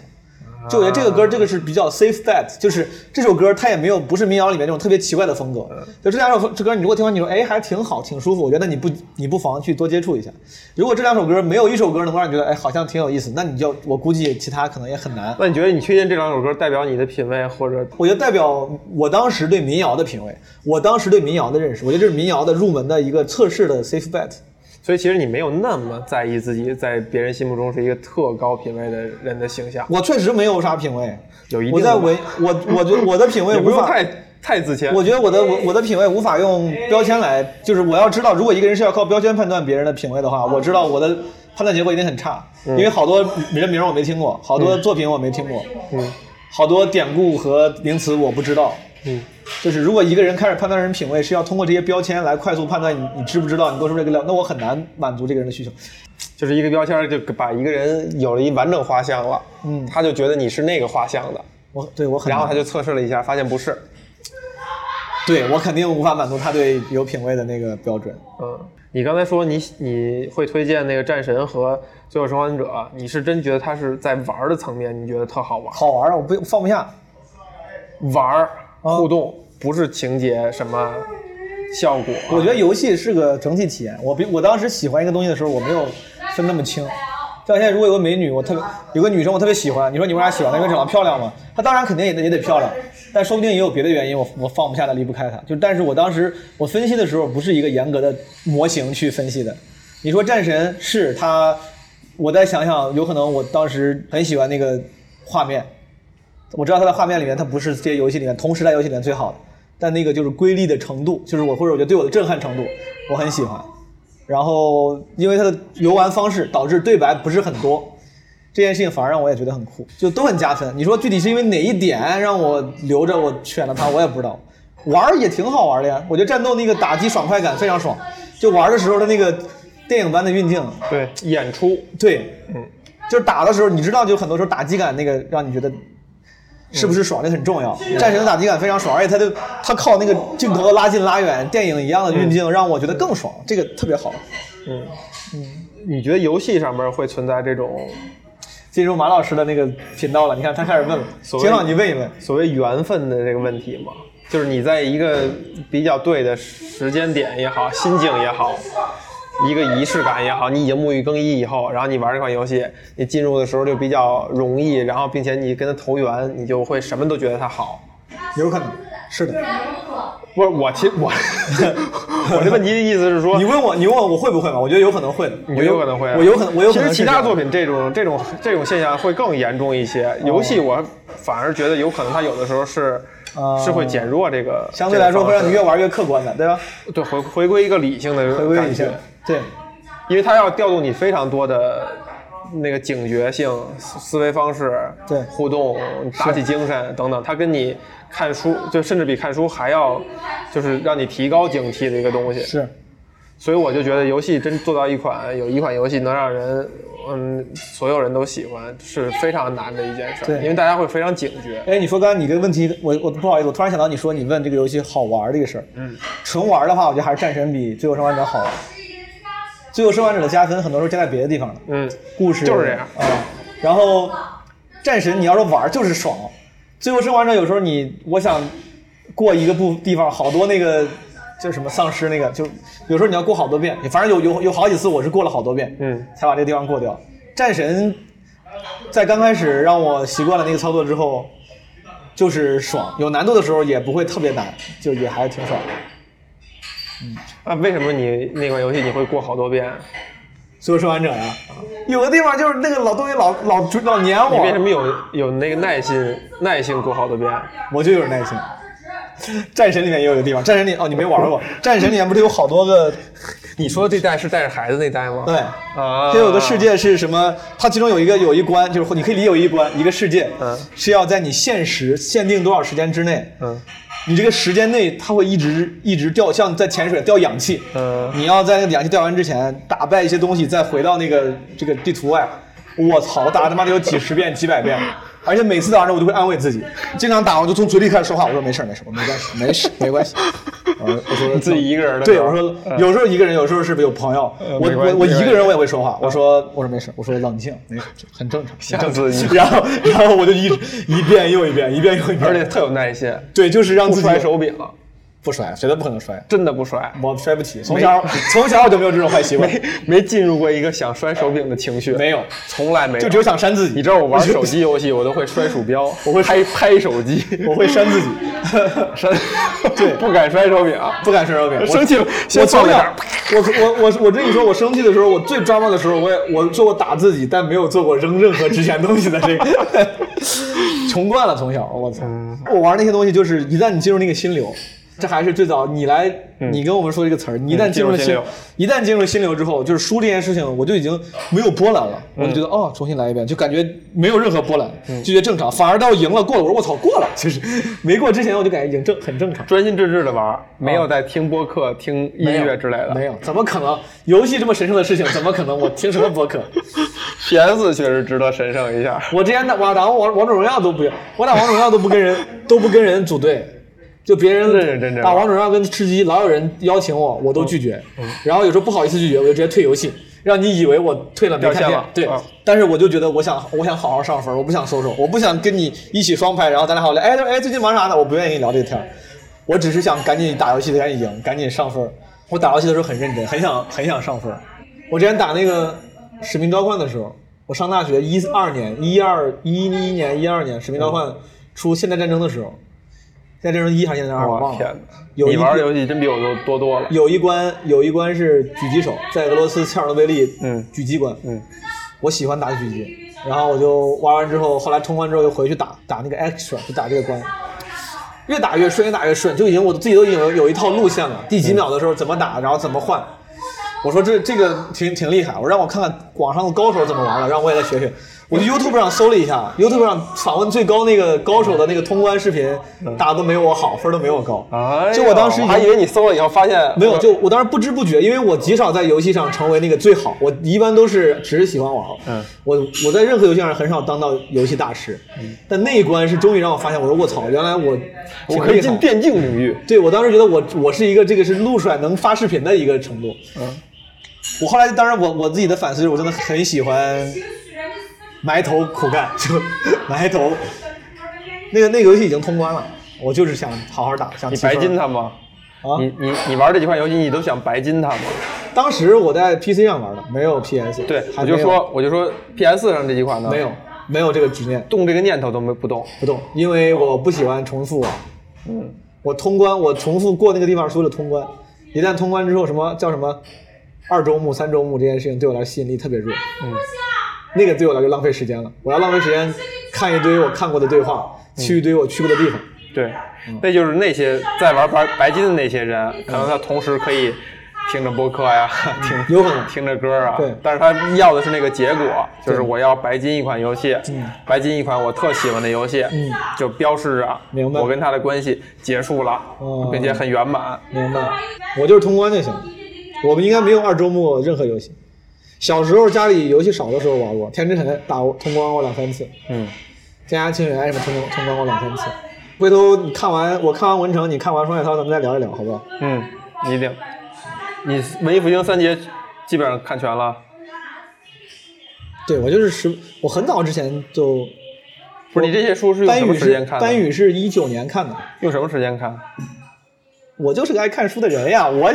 C: 就我觉得这
F: 啊
C: 个歌，这个是比较 safe bet，就是这首歌它也没有不是民谣里面这种特别奇怪的风格。
F: 嗯
C: 就这两首这歌，你如果听完你说哎还挺好，挺舒服，我觉得你不你不妨去多接触一下。如果这两首歌没有一首歌能够让你觉得哎好像挺有意思，那你就我估计其他可能也很难。
F: 那你觉得你推荐这两首歌代表你的品味，或者
C: 我觉得代表我当时对民谣的品味，我当时对民谣的认识，我觉得这是民谣的入门的一个测试的 safe bet。
F: 所以其实你没有那么在意自己在别人心目中是一个特高品位的人的形象，
C: 我确实没有啥品味，
F: 有一定
C: 我在
F: 的
C: 文我我觉得我的品味
F: 也不
C: 无
F: 用
C: 法
F: 太太自谦。
C: 我觉得我的我我的品味无法用标签来，就是我要知道，如果一个人是要靠标签判断别人的品味的话，我知道我的判断结果一定很差，因为好多人名我没听过，好多作品我没听过，嗯，好多典故和名词我不知道，
F: 嗯，
C: 就是如果一个人开始判断人品味，是要通过这些标签来快速判断你你知不知道，你做出这个料，那我很难满足这个人的需求。
F: 就是一个标签就把一个人有了一完整画像了，
C: 嗯
F: 他就觉得你是那个画像的，
C: 我对我很难，
F: 然后他就测试了一下，发现不是。
C: 对我肯定无法满足他对有品味的那个标准。
F: 嗯，你刚才说你你会推荐那个战神和最后生还者，你是真觉得它是在玩儿的层面，你觉得特好玩儿，
C: 好玩啊，我不放不下，
F: 玩儿
C: 啊
F: 互动，不是情节什么效果、
C: 我觉得游戏是个整体体验。我比我当时喜欢一个东西的时候，我没有分那么清。就像现在如果有个美女，我特别有个女生，我特别喜欢。你说你为啥喜欢她？因为长得漂亮吗？她当然肯定也得也得漂亮，但说不定也有别的原因，我我放不下她，离不开她。就但是我当时我分析的时候，不是一个严格的模型去分析的。你说战神是他，我再想想，有可能我当时很喜欢那个画面，我知道它的画面里面，它不是这些游戏里面同时代游戏里面最好的，但那个就是瑰丽的程度，就是我或者我觉得对我的震撼程度，我很喜欢。然后因为它的游玩方式导致对白不是很多，这件事情反而让我也觉得很酷，就都很加分。你说具体是因为哪一点让我留着我选了它，我也不知道。玩儿也挺好玩的呀，我觉得战斗那个打击爽快感非常爽，就玩儿的时候的那个电影般的运镜，
F: 对演出，
C: 对，嗯，就是打的时候，你知道，就很多时候打击感那个让你觉得是不是爽，这很重要。战神的打击感非常爽，而且他的他靠那个镜头的拉近拉远，电影一样的运镜，让我觉得更爽，这个特别好。
F: 你觉得游戏上面会存在这种
C: 进入马老师的那个频道了，你看他开始问了，
F: 所谓
C: 秦老你问一问，
F: 所谓缘分的这个问题吗？就是你在一个比较对的时间点也好，心境也好，一个仪式感也好，你已经沐浴更衣以后，然后你玩这款游戏，你进入的时候就比较容易，然后并且你跟它投缘，你就会什么都觉得它好。
C: 有可能是的。
F: 不是我，其实我我这问题的意思是说
C: 你，问我，你问我我会不会吗？我觉得有可能会的，
F: 你有可能会啊，
C: 我有可能，我有可能是
F: 其实其
C: 这
F: 他
C: 样
F: 作品这种这种这种现象会更严重一些。游戏我反而觉得有可能它有的时候是、
C: 哦
F: 是会减弱这个，
C: 相对来说会让你
F: 这
C: 越
F: 个
C: 玩越客观的，对吧？
F: 方式对回回归一个理性的
C: 回归
F: 感
C: 一下
F: 觉，
C: 对。
F: 因为它要调动你非常多的
A: 那个警觉性、思思维方式、
C: 对
A: 互动、打起精神等等，它跟你看书就甚至比看书还要，就是让你提高警惕的一个东西。
C: 是
A: 所以我就觉得游戏真做到一款有一款游戏能让人，嗯，所有人都喜欢，是非常难的一件事
C: 对
A: 儿，因为大家会非常警觉。
C: 哎，你说刚才你这个问题，我我不好意思，我突然想到你说你问这个游戏好玩这个事儿。嗯，纯玩的话，我觉得还是战神比最后生还者好玩。最后生还者的加分很多时候加在别的地方了，
A: 嗯，
C: 故事
A: 就是这样
C: 啊。然后战神你要说玩就是爽，最后生还者有时候你我想过一个部地方，好多那个叫什么丧尸那个，就有时候你要过好多遍，反正有有有好几次我是过了好多遍，
A: 嗯，
C: 才把这个地方过掉。战神在刚开始让我习惯了那个操作之后，就是爽，有难度的时候也不会特别难，就也还挺爽的。
A: 那为什么你那款游戏你会过好多遍？
C: 最后生还者呀、有的地方就是那个老东西老老老黏
A: 你为什
C: 我，
A: 么有有那个耐心耐心过好多遍？
C: 我就有点耐心。战神里面也有一个地方，战神里哦你没玩过，战神里面不是有好多个
A: 你说这代是带着孩子那代吗？
C: 对
A: 啊，
C: 它有个世界是什么？它其中有一个有一关，就是你可以理解有一关一个世界，
A: 嗯
C: 是要在你限时限定多少时间之内，
A: 嗯，
C: 你这个时间内它会一直一直掉，像在潜水掉氧气，
A: 嗯
C: 你要在那个氧气掉完之前打败一些东西，再回到那个这个地图外。我操，打他妈的有几十遍、几百遍，而且每次打完之后我就会安慰自己，经常打我就从嘴里开始说话，我说没事儿没事儿，没关系没事没关系，我说我说
A: 你自己一个人的
C: 对，
A: 时候
C: 我说
A: 嗯
C: 有时候一个人，有时候是不是有朋友，我
A: 没关系
C: 我
A: 没
C: 我
A: 关
C: 一
A: 系
C: 个人我也会说话，我说我说没事，我说冷静，没事，这很正常，
A: 吓
C: 很正
A: 死
C: 常。 然后然后我就一直一遍又一遍，一遍又一遍，
A: 而且特有耐心，
C: 对，就是让
A: 不
C: 自己
A: 摔手柄，
C: 不摔，绝对不可能摔，
A: 真的不摔，
C: 我摔不起，从小从小我就没有这种坏习惯，
A: 没没进入过一个想摔手柄的情绪，
C: 没有
A: 从来没有，
C: 就只有想扇自己。
A: 你知道我玩手机游戏，我都会摔鼠标，我会拍拍手机，
C: 我会扇 自己，
A: 摔，
C: 对
A: 不敢摔手柄，啊
C: 不敢摔手柄，我
A: 生气了
C: 我
A: 先
C: 从
A: 放在这
C: 小
A: 儿，
C: 我我我我跟你说，我生气的时候，我最抓狂的时候，我也我做过打自己，但没有做过扔任何值钱东西的这个， 穷惯了从小，我操！
A: 嗯
C: 我玩那些东西，就是一旦你进入那个心流，这还是最早你来，你跟我们说这个词儿，你一旦进入了
A: 嗯进
C: 心
A: 入心流，
C: 一旦进入了心流之后，就是输这件事情，我就已经没有波澜了，我就
A: 嗯
C: 觉得哦，重新来一遍，就感觉没有任何波澜，就觉得正常，反而到赢了过了，我说我操过了，就是没过之前我就感觉已经正很正常。
A: 专心致志的玩，没有在听播客、听音
C: 啊没有
A: 乐之类的。
C: 没有，怎么可能？游戏这么神圣的事情，怎么可能？我听什么播客？
A: ，PS 确实值得神圣一下。
C: 我之前打我打王王者荣耀都不，我打王者荣耀都不跟人都不跟人组队，就别人
A: 认认真真
C: 打王者荣耀跟吃鸡，老有人邀请我，我都拒绝。
A: 嗯
C: 然后有时候不好意思拒绝，我就直接退游戏，让你以为我退了没
A: 掉
C: 看
A: 线
C: 见
A: 了。
C: 对
A: 嗯，
C: 但是我就觉得我想我想好好上分，我不想收手，我不想跟你一起双排，然后咱俩好聊。哎哎，最近忙啥呢？我不愿意跟你聊这个天儿，我只是想赶紧打游戏，赶紧赢，赶紧上分。我打游戏的时候很认真，很想很想上分。我之前打那个使命召唤的时候，我上大学一二年、一二一一年、一二年使命召
A: 嗯
C: 唤出现代战争的时候，现代战争一还是现代战争二，我
A: 我
C: 忘
A: 天
C: 了。
A: 哪，
C: 有
A: 你
C: 一
A: 玩
C: 个
A: 的游戏真比我多多多了。
C: 有一关有一关是狙击手，在俄罗斯切尔诺贝利，
A: 嗯
C: 狙击关，
A: 嗯，
C: 我喜欢打狙击，然后我就玩完之后，后来通关之后又回去打打那个 extra，就打这个关，越打越顺，越打越顺，就已经我自己都已经有有一套路线了，第几秒的时候怎么打，然后怎么换。我说这这个挺挺厉害，我让我看看网上的高手怎么玩了，让我也来学学。我去 YouTube 上搜了一下，YouTube 上访问最高那个高手的那个通关视频，打的都没有我好，分儿都没有我高。
A: 嗯哎呦，
C: 就我当时已经
A: 还以为你搜了以后发现
C: 没有，就我当时不知不觉，因为我极少在游戏上成为那个最好，我一般都是只是喜欢玩。
A: 嗯，
C: 我我在任何游戏上很少当到游戏大师，但那一关是终于让我发现，我说我操，原来我
A: 嗯我
C: 挺
A: 可以
C: 厉害
A: 进电竞领域。
C: 对我当时觉得我我是一个这个是录出来能发视频的一个程度。嗯，我后来当然我我自己的反思就是我真的很喜欢埋头苦干，就 埋头。那个那个游戏已经通关了，我就是想好好打，想
A: 你
C: 提分
A: 白金它吗？
C: 啊！
A: 你你你玩这几款游戏，你都想白金它吗？
C: 当时我在 PC 上玩的，没有 PS。
A: 对，
C: 还
A: 我
C: 没有
A: 就说我就说 PS 上这几款呢，
C: 没有没有这个执念，
A: 动这个念头都没不动。
C: 不动，因为我不喜欢重复啊。嗯，我通关，我重复过那个地方所有的通关，一旦通关之后，什么叫什么二周目、三周目这件事情对我来说吸引力特别弱。嗯，那个对我来说浪费时间了，我要浪费时间看一堆我看过的对话，去一堆我去过的地方。嗯
A: 对，那就是那些在玩白白金的那些人，可能他同时可以
F: 听着播客 呀，听
C: 有可能
F: 听着歌啊。
C: 对
F: 但是他要的是那个结果，就是我要白金一款游戏，
C: 嗯
F: 白金一款我特喜欢的游戏，就标示着
C: 明白
F: 我跟他的关系结束了
C: 哦，
F: 并且很圆满。
C: 明白，我就是通关就行了。我们应该没有二周目任何游戏。小时候家里游戏少的时候玩过，天之痕打过通关过两三次，
F: 嗯，
C: 天涯情哎缘什么通通关过两三次。回头你看完我看完文成，你看完双雪涛，咱们再聊一聊，好不好？
F: 嗯，一定。你文艺复兴三杰基本上看全了，
C: 对我就是十，我很早之前就
F: 不是你这些书是用
C: 班
F: 什么
C: 宇
F: 时
C: 是
F: 间看的？
C: 班宇是一九年看的，
F: 用什么时间看？
C: 我就是个爱看书的人呀，我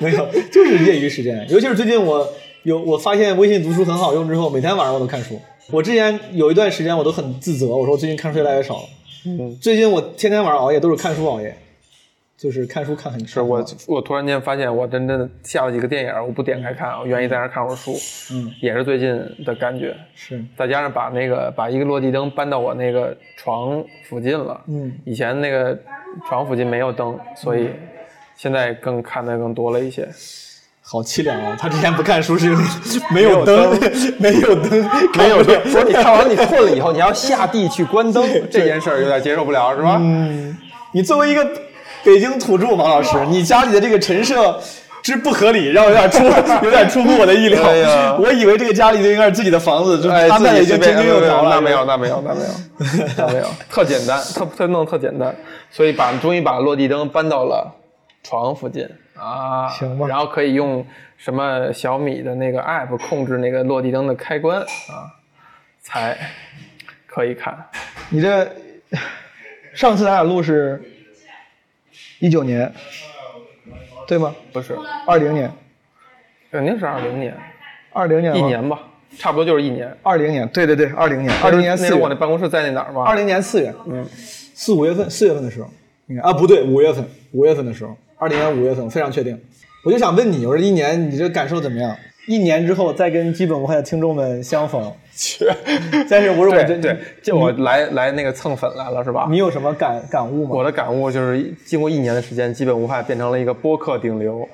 C: 没有，就是业余时间，尤其是最近我有我发现微信读书很好用之后，每天晚上我都看书。我之前有一段时间我都很自责，我说我最近看书越来越少了。
F: 嗯，
C: 最近我天天晚上熬夜都是看书熬夜，就是看书看很
F: 是我我突然间发现，我真的下了几个电影，我不点开看，我愿意在那儿看会儿书，
C: 嗯
F: 也是最近的感觉。
C: 是
F: 再加上把那个把一个落地灯搬到我那个床附近了，
C: 嗯
F: 以前那个床附近没有灯，所以现在更看的更多了一些。
C: 好凄凉啊！他之前不看书是因为没有灯， 没有灯，
F: 没有对， 说你看完你困了以后，你还要下地去关 灯，这件事儿有点接受不了，是吧？
C: 嗯你作为一个北京土著王老师，你家里的这个陈设之不合理，让我有点出 有点出乎我的意料。
F: 哎呀
C: 我以为这个家里就应该是自己的房子，就
F: 哎，
C: 安排的已
F: 自
C: 经
F: 己随
C: 井
F: 便
C: 井有条了。
F: 那没有，那没有，那没有， 那没有，特简单，特特弄得特简单，所以把终于把落地灯搬到了床附近啊，
C: 行吧
F: 然后可以用什么小米的那个 app 控制那个落地灯的开关啊，才可以看。
C: 你这上次咱俩录是一九年，对吗？
F: 不是，
C: 二零年，
F: 肯呃定是二零年，
C: 二零年
F: 一，年吧，差不多就是一年。
C: 二零年，对对对，二零年，二
F: 那时
C: 零
F: 候
C: 年
F: 那
C: 四
F: 时候我那
C: 月，
F: 办公室在那哪儿吗？
C: 二零年四月，嗯，四五月份，四月份的时候，应该啊，不对，五月份，五月份的时候，二零年五月份，我非常确定。我就想问你，我说一年你这感受怎么样？一年之后再跟基本无害的听众们相 逢，但是我说我
F: 对
C: 真
F: 对，就我来来那个蹭粉来了是吧？
C: 你有什么感感悟吗？
F: 我的感悟就是，经过一年的时间，基本无害变成了一个播客顶流，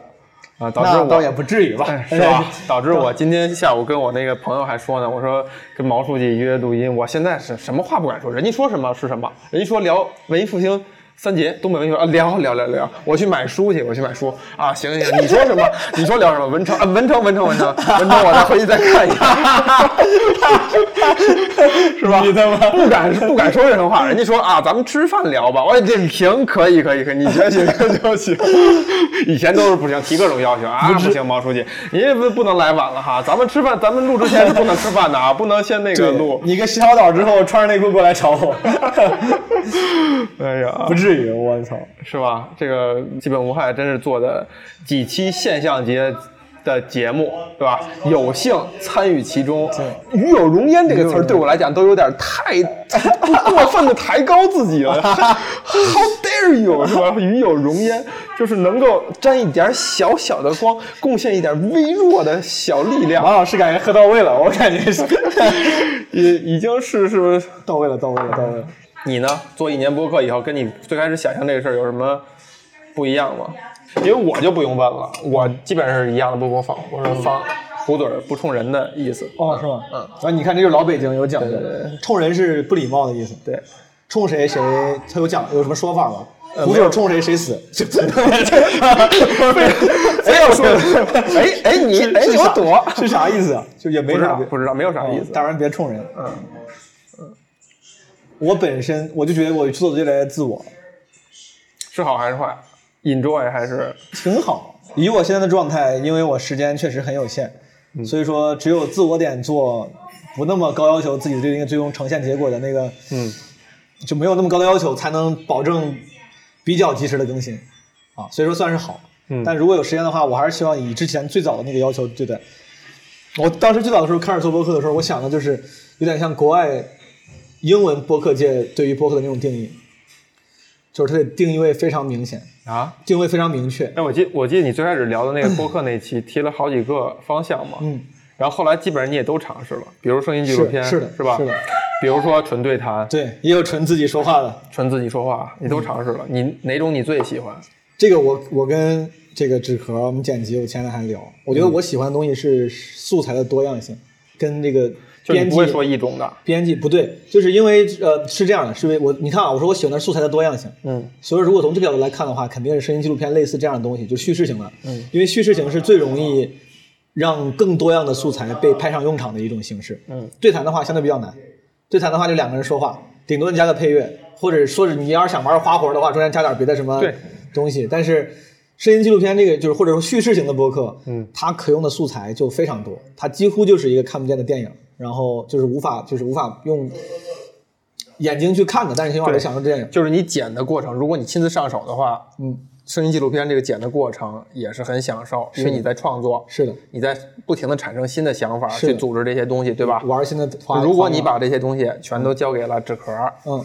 F: 啊，导致
C: 那
F: 我嗯
C: 倒也不至于吧，
F: 是吧？导致我今天下午跟我那个朋友还说呢，我说跟毛书记约录音，我现在是什么话不敢说，人家说什么是什么，人家说聊文艺复兴。三杰，东北文学啊，聊聊聊聊，我去买书去，我去买书啊，行行行，你说什么？你说聊什么？文成啊，文成，文成，文成，文成，我再回去再看一 下，是吧？
C: 你他妈
F: 不敢不敢说任何话，人家说啊，咱们吃饭聊吧。我说这行，可以可以可以，你觉得行 就行。以前都是不行，提各种要求啊，不行，毛书记，您也不不能来晚了哈。咱们吃饭，咱们录之前是不能吃饭的啊，不能先那个
C: 对
F: 录。
C: 你个洗好澡之后穿着内裤过来找 我，
F: 哎呀，
C: 不至于，我操！
F: 是吧？这个基本无害真是做的几期现象级的节目，对吧？有幸参与其中，
J: 与有容焉这个词儿对我来讲都有点太过分的抬高自己 了。How dare you 是吧？与有容焉就是能够沾一点小小的光，贡献一点微弱的小力量，
C: 王老师感觉喝到位了，我感 觉是
F: 已已经是是不是？
C: 到位了，到位了，到位了。
F: 你呢？做一年播客以后，跟你最开始想象这个事儿有什么不一样吗？因为我就不用问了，我基本上是一样的不模仿，我是放虎嘴儿不冲人的意思。
C: 哦，是吗？嗯。然后你看，这就是老北京有讲究，冲人是不礼貌的意思。
F: 对，
C: 冲谁谁，他有讲有什么说法吗？胡
F: 没
C: 嘴
F: 有
C: 冲谁谁死。
F: 哎呀，我说，哎哎你哎
C: 是
F: 我
C: 啥
F: 躲，
C: 是啥意思啊？就也没
F: 不知
C: 啥
F: 道，哦不知道，没有啥意
C: 嗯
F: 思。
C: 当然别冲人。嗯我本身我就觉得我做的越来越自我，
F: 是好还是坏？Enjoy 还是
C: 挺好。以我现在的状态，因为我时间确实很有限，
F: 嗯
C: 所以说只有自我点做，不那么高要求自己对那个最终呈现结果的那个，
F: 嗯，
C: 就没有那么高的要求，才能保证比较及时的更新啊。所以说算是好，
F: 嗯
C: 但如果有时间的话，我还是希望以之前最早的那个要求对待。我当时最早的时候开始做播客的时候，我想的就是有点像国外英文播客界对于播客的那种定义，就是它的定义位非常明显，
F: 啊？
C: 定位非常明确。
F: 哎，我记我记得你最开始聊的那个播客那期提了好几个方向嘛，
C: 嗯，
F: 然后后来基本上你也都尝试了，比如声音纪录片
C: 是是的
F: 是吧？
C: 是的
F: 比如说纯对谈，
C: 对，也有纯自己说话的。嗯
F: 纯自己说话，你都尝试了，你哪种你最喜欢？
C: 这个我我跟这个纸壳儿我们剪辑，我前两天还聊，我
F: 嗯
C: 觉得我喜欢的东西是素材的多样性，跟这个
F: 就是
C: 编
F: 你
C: 辑
F: 不会说一种的，
C: 编辑不对，就是因为呃是这样的，是因为我你看啊，我说我喜欢的是素材的多样性，
F: 嗯，
C: 所以如果从这个角度来看的话，肯定是声音纪录片类似这样的东西，就叙事型的，嗯，因为叙事型是最容易让更多样的素材被派上用场的一种形式，嗯，对谈的话相对比较难，对谈的话就两个人说话，顶多你加个配乐，或者说是你要是想玩花活的话，中间加点别的什么
F: 对
C: 东西，但是。声音纪录片这个就是或者说叙事型的播客，嗯，它可用的素材就非常多，它几乎就是一个看不见的电影，然后就是无法就是无法用眼睛去看的，但是起码能
F: 对
C: 享受这电影。
F: 就是你剪的过程，如果你亲自上手的话，
C: 嗯，
F: 声音纪录片这个剪的过程也是很享受，因为你在创作，
C: 是的，
F: 你在不停的产生新的想法
C: 是的
F: 去组织这些东西，对吧？
C: 玩新的花，
F: 如果你
C: 花
F: 把这些东西全都交给了纸壳儿，
C: 嗯，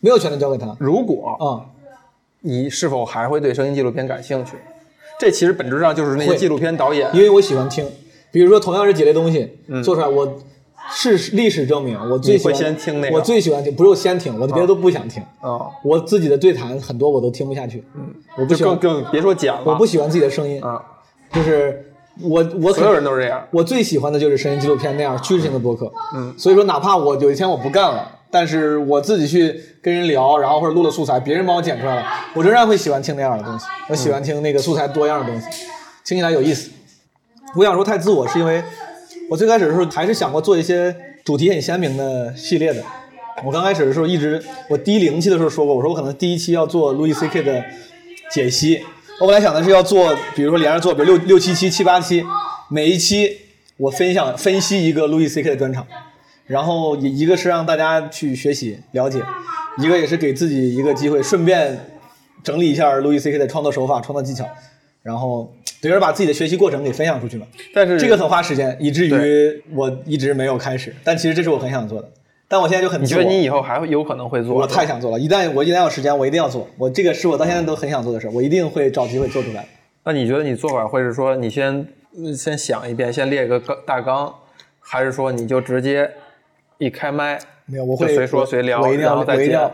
C: 没有权利交给他啊、
F: 如果
C: 嗯
F: 你是否还会对声音纪录片感兴趣？这其实本质上就是那些
C: 会
F: 纪录片导演
C: 因为我喜欢听，比如说同样是几类东西、做出来，我是历史证明我最喜欢
F: 嗯你会先听那个
C: 我最喜欢听，不是我先听，我别的都不想听。
F: 啊，
C: 我自己的对谈很多我都听不下去，嗯，我不
F: 就
C: 喜欢
F: 更，更别说剪了，
C: 我不喜欢自己的声音，
F: 啊，
C: 就是我我可
F: 所有人都是这样。
C: 我最喜欢的就是声音纪录片那样趋势型的播客。嗯，所以说哪怕我有一天我不干了，但是我自己去跟人聊，然后或者录了素材，别人帮我剪出来了，我仍然会喜欢听那样的东西。我喜欢听那个素材多样的东西，听起来有意思。我想说太自我，是因为我最开始的时候还是想过做一些主题很鲜明的系列的。我刚开始的时候一直，我第一零期的时候说过，我说我可能第一期要做路易 C K 的解析。我本来想的是要做，比如说连着做，比如六六七期、七八期，每一期我分享分析一个路易 C K 的专场，然后一一个是让大家去学习了解，一个也是给自己一个机会，顺便整理一下路易 C K 的创作手法、创作技巧，然后等于是把自己的学习过程给分享出去嘛。
F: 但是
C: 这个很花时间，以至于我一直没有开始。但其实这是我很想做的，但我现在就很
F: 你
C: 自
F: 觉
C: 我
F: 得你以后还会有可能会做？
C: 我太想做了，一旦我一旦有时间，我一定要做。我这个是我到现在都很想做的事儿，我一定会找机会做出来的。
F: 那你觉得你做法会是说你先呃先想一遍，先列个纲大纲，还是说你就直接一开麦？
C: 没有，我会
F: 就随说随聊，
C: 我一定要，
F: 然后
C: 我
F: 再
C: 一定
F: 剪
C: 要。。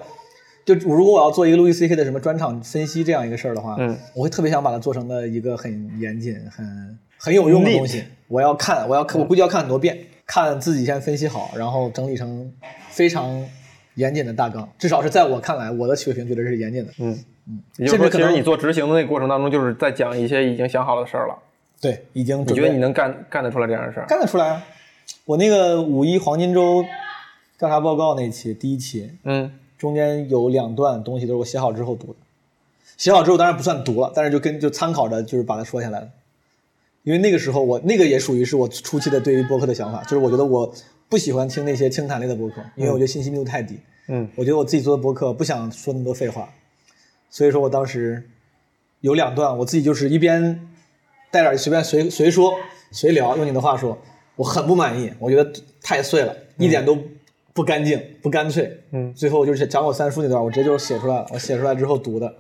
C: 就如果我要做一个路易 C K 的什么专场分析这样一个事儿的话，
F: 嗯，
C: 我会特别想把它做成的一个很严谨、很很有用的东西。我要看，我要
F: 嗯
C: 看，我估计要看很多遍，看自己先分析好，然后整理成非常严谨的大纲。至少是在我看来，我的水平觉得是严谨的。
F: 嗯也就是
C: 甚
F: 说，
C: 至可
F: 其实
C: 能
F: 你做执行的那个过程当中，就是在讲一些已经想好的事儿了。
C: 对，已经
F: 你
C: 准
F: 觉得
C: 备
F: 你能干干得出来这样的事儿？
C: 干得出来啊！我那个五一黄金周调查报告那期第一期，
F: 嗯，
C: 中间有两段东西都是我写好之后读的，写好之后当然不算读了，但是就跟就参考着就是把它说下来了。因为那个时候我那个也属于是我初期的对于播客的想法，就是我觉得我不喜欢听那些清谈类的播客，因为我觉得信息密度太低。
F: 嗯，
C: 我觉得我自己做的播客不想说那么多废话，所以说我当时有两段我自己就是一边带点随便随随说随聊，用你的话说，我很不满意，我觉得太碎了，一点都不干净不干脆。嗯，最后就是讲我三叔那段，我直接就写出来了，我写出来之后读的。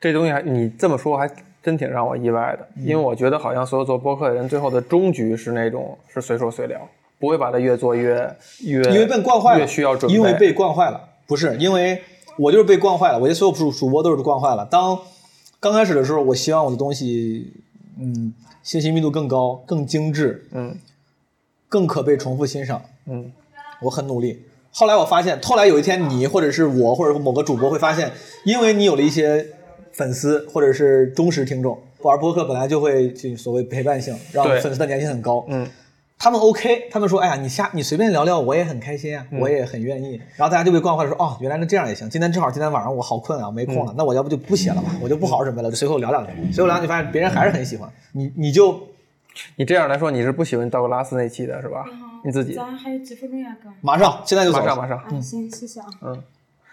F: 这东西还你这么说还真挺让我意外的，
C: 嗯
F: 因为我觉得好像所有做播客的人最后的终局是那种是随说随聊，不会把它越做越越
C: 因为被惯坏了，
F: 越需要准备，
C: 因为被惯坏了，不是因为我就是被惯坏了，我觉得所有主主播都是惯坏了。当刚开始的时候，我希望我的东西，嗯，信息密度更高、更精致，
F: 嗯，
C: 更可被重复欣赏，
F: 嗯，
C: 我很努力。后来我发现，后来有一天你或者是我或者某个主播会发现，因为你有了一些粉丝或者是忠实听众，玩播客本来就会就所谓陪伴性，让
F: 对
C: 粉丝的粘性很高，
F: 嗯。
C: 他们 OK，他们说，哎呀，你下你随便聊聊，我也很开心啊，
F: 嗯
C: 我也很愿意。然后大家就被惯坏了，说，哦，原来是这样也行。今天正好今天晚上我好困啊，没空了，
F: 嗯
C: 那我要不就不写了吧，我就不好好准备了，就随口聊两句。随口聊两句，发现别人还是很喜欢你，你就
F: 你这样来说，你是不喜欢道格拉斯那期的是吧？你自己
G: 咱还有几分钟呀，哥？
C: 马上现在就走
F: 马
C: 了。
F: 上马上，
G: 啊，行，谢谢啊。
F: 嗯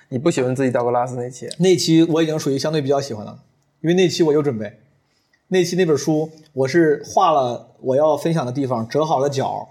F: 你不喜欢自己道格拉斯那期，啊
C: 那期我已经属于相对比较喜欢的了，因为那期我有准备。那期那本书我是画了我要分享的地方，折好了角，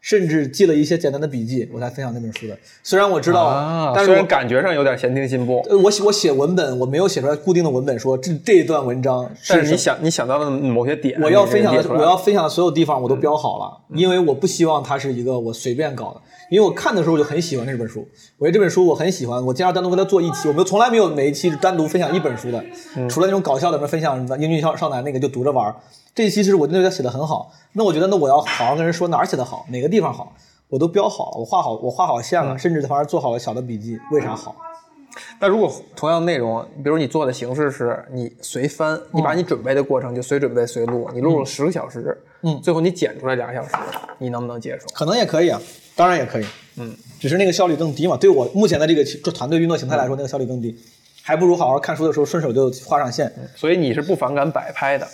C: 甚至记了一些简单的笔记，我才分享那本书的。虽然我知道，
K: 啊
C: 但是
F: 虽
C: 我
F: 然感觉上有点闲庭信步，
C: 呃我写我写文本，我没有写出来固定的文本说这这一段文章是
F: 但是
C: 什
F: 你想你想到的某些点，
C: 么，我要
F: 你给
C: 分享
F: 列
C: 的
F: 出来嗯
C: 我要分享的所有地方我都标好了，因为我不希望它是一个我随便搞的。因为我看的时候我就很喜欢这本书，我觉得这本书我很喜欢，我经常单独跟他做一期，我们从来没有每一期是单独分享一本书的，
F: 嗯
C: 除了那种搞笑的，什么分享什么英俊少少男那个就读着玩儿。这一期是我真的觉得写的很好，那我觉得那我要好好跟人说哪儿写的好，哪个地方好，我都标好了，我画好我画好线了，
F: 嗯
C: 甚至反而做好了小的笔记，为啥好？
F: 那如果同样内容，比如你做的形式是你随翻，你把你准备的过程就随准备随录，你录了十个小时，
C: 嗯
F: 最后你剪出来两个小时，你能不能接受？
C: 可能也可以啊，当然也可以，嗯，只是那个效率更低嘛。对我目前的这个这团队运作形态来说，那个效率更低，还不如好好看书的时候顺手就画上线。
F: 所以你是不反感摆拍的。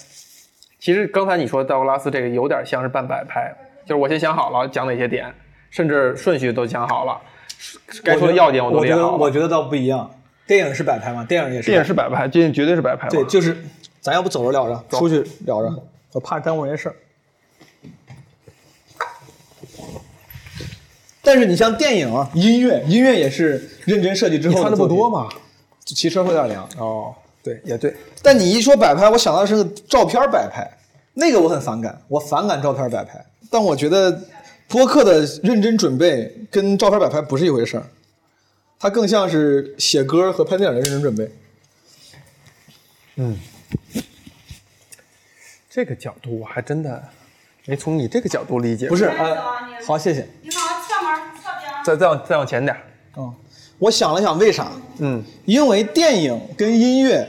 F: 其实刚才你说道格拉斯这个有点像是半摆拍，就是我先想好了讲哪些点，甚至顺序都讲好了，该说的要点
C: 我
F: 都列
C: 觉得
F: 好
C: 我
F: 了。
C: 觉得倒不一样，电影是摆拍嘛，电影也是
F: 电影是摆拍，这绝对是摆拍嘛。
C: 对，就是咱要不走着聊着，出去聊着，我怕耽误人事儿。但是你像电影啊、音乐，音乐也是认真设计之后
F: 你穿得不多
C: 嘛，骑车会有点凉。
F: 哦，对，也对。
C: 但你一说摆拍，我想到的是照片摆拍，那个我很反感，我反感照片摆拍。但我觉得播客的认真准备跟照片摆拍不是一回事儿，它更像是写歌和拍电影的认真准备。
F: 这个角度我还真的没从你这个角度理解。
C: 不是，呃，好，谢谢。
E: 你往侧门侧边儿。啊
F: 再再往再往前点儿，
C: 嗯，我想了想，为啥？
F: 嗯
C: 因为电影跟音乐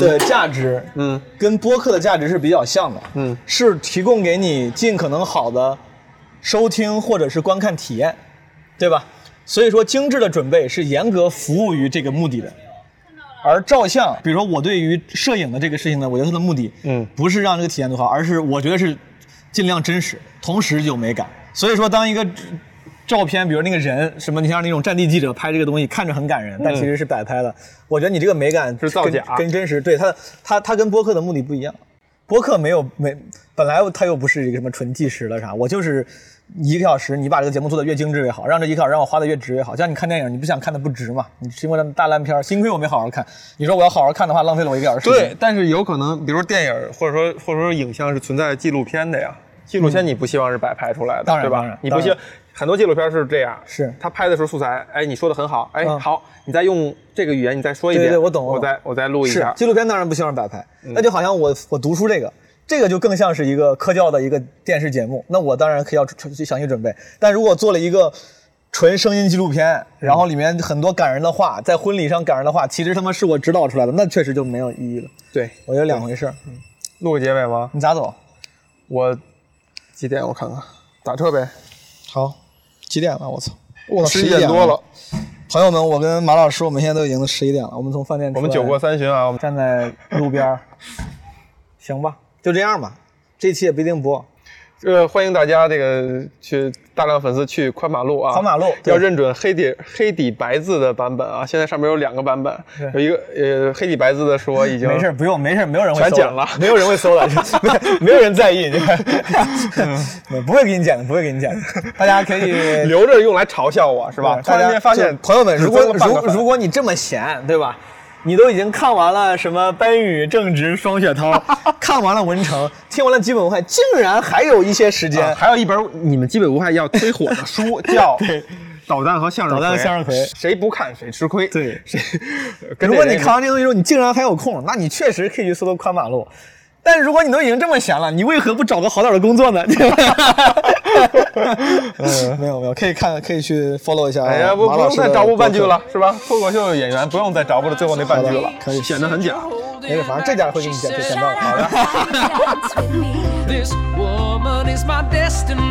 C: 的价值，
F: 嗯，
C: 跟播客的价值是比较像的，
F: 嗯
C: 是提供给你尽可能好的收听或者是观看体验，对吧？所以说，精致的准备是严格服务于这个目的的。而照相，比如说我对于摄影的这个事情呢，我觉得它的目的，
F: 嗯
C: 不是让这个体验多好，而是我觉得是尽量真实，同时有美感。所以说，当一个照片，比如那个人什么，你像那种战地记者拍这个东西，看着很感人，但其实是摆拍的。我觉得你这个美感
F: 嗯是造
C: 跟
F: 假
C: 跟真实对它它它跟播客的目的不一样。播客没有没本来它又不是一个什么纯计时了啥，我就是一个小时，你把这个节目做的越精致越好，让这一个小时让我花的越值越好。像你看电影，你不想看的不值嘛？你是因为那大烂片儿，幸亏我没好好看。你说我要好好看的话，浪费了我一个小时时间。
F: 对，但是有可能，比如说电影或者说或者说影像是存在纪录片的呀。纪录片你不希望是摆拍出来的，
C: 嗯当然
F: 对吧？
C: 当然
F: 你不希
C: 当
F: 望很多纪录片是这样，
C: 是
F: 他拍的时候素材，哎，你说的很好，哎，
C: 嗯
F: 好，你再用这个语言，你再说一遍，
C: 对对我懂我
F: 我
C: 懂
F: 再我再录一
C: 是
F: 下，嗯
C: 纪录片当然不希望摆拍，那就好像我我读书这个，这个就更像是一个科教的一个电视节目，那我当然可以要准详细准备。但如果做了一个纯声音纪录片，然后里面很多感人的话，在婚礼上感人的话，其实他妈是我指导出来的，那确实就没有意义了。
F: 对，
C: 我觉得两回事儿。
F: 录个结尾吗？
C: 你咋走？
F: 我几点？我看看，打车呗。
C: 哦好，几点了？我操！
F: 我
C: 11
F: 十一点多了，
C: 朋友们，我跟马老师，我们现在都已经十一点了，我们从饭店出
F: 我
C: 来
F: 们酒过三巡啊，我们
C: 站在路边儿，行吧，就这样吧，这期也不一定播。
F: 呃，欢迎大家这个去大量粉丝去宽马路啊，
C: 宽马路对
F: 要认准黑底黑底白字的版本啊。现在上面有两个版本，有一个呃黑底白字的是我已经
C: 没事，不用，没事，没有人会
F: 全
C: 搜
F: 剪了
C: 没有人会搜了，没有没有人在意，嗯不会给你剪的，不会给你剪的，大家可以
F: 留着用来嘲笑我是吧？突
C: 大
F: 然
C: 家
F: 间发现
C: 就，朋友们，如果
F: 只增了半个
C: 如
F: 粉
C: 如果你这么闲，对吧？你都已经看完了什么班宇、正直、双雪 涛，看完了文成，听完了基本无害，竟然还有一些时间
F: 啊，还有一本你们基本无害要推火的 书叫《导弹和向日
C: 导弹和向日葵
F: 谁不看谁吃亏。
C: 对
F: 谁？跟
C: 如果
F: 这
C: 你
F: 人
C: 看完这东西之后，你竟然还有空，那你确实可以去搜搜宽马路。但是如果你都已经这么闲了，你为何不找个好点的工作呢？ 对吧？嗯没有没有，可以看，可以去 follow 一下
F: 哎呀，不
C: 马
F: 不
C: 老
F: 用
C: 师
F: 再
C: 的
F: 找补
C: 博
F: 半句
C: 客
F: 了，，是吧？脱口秀演员不用再找补了最后那半句了
C: 好的，可以
F: 显得很假。
C: 没事，反正这点会给你剪剪掉的。
B: This woman is my destiny. Oh, Oh,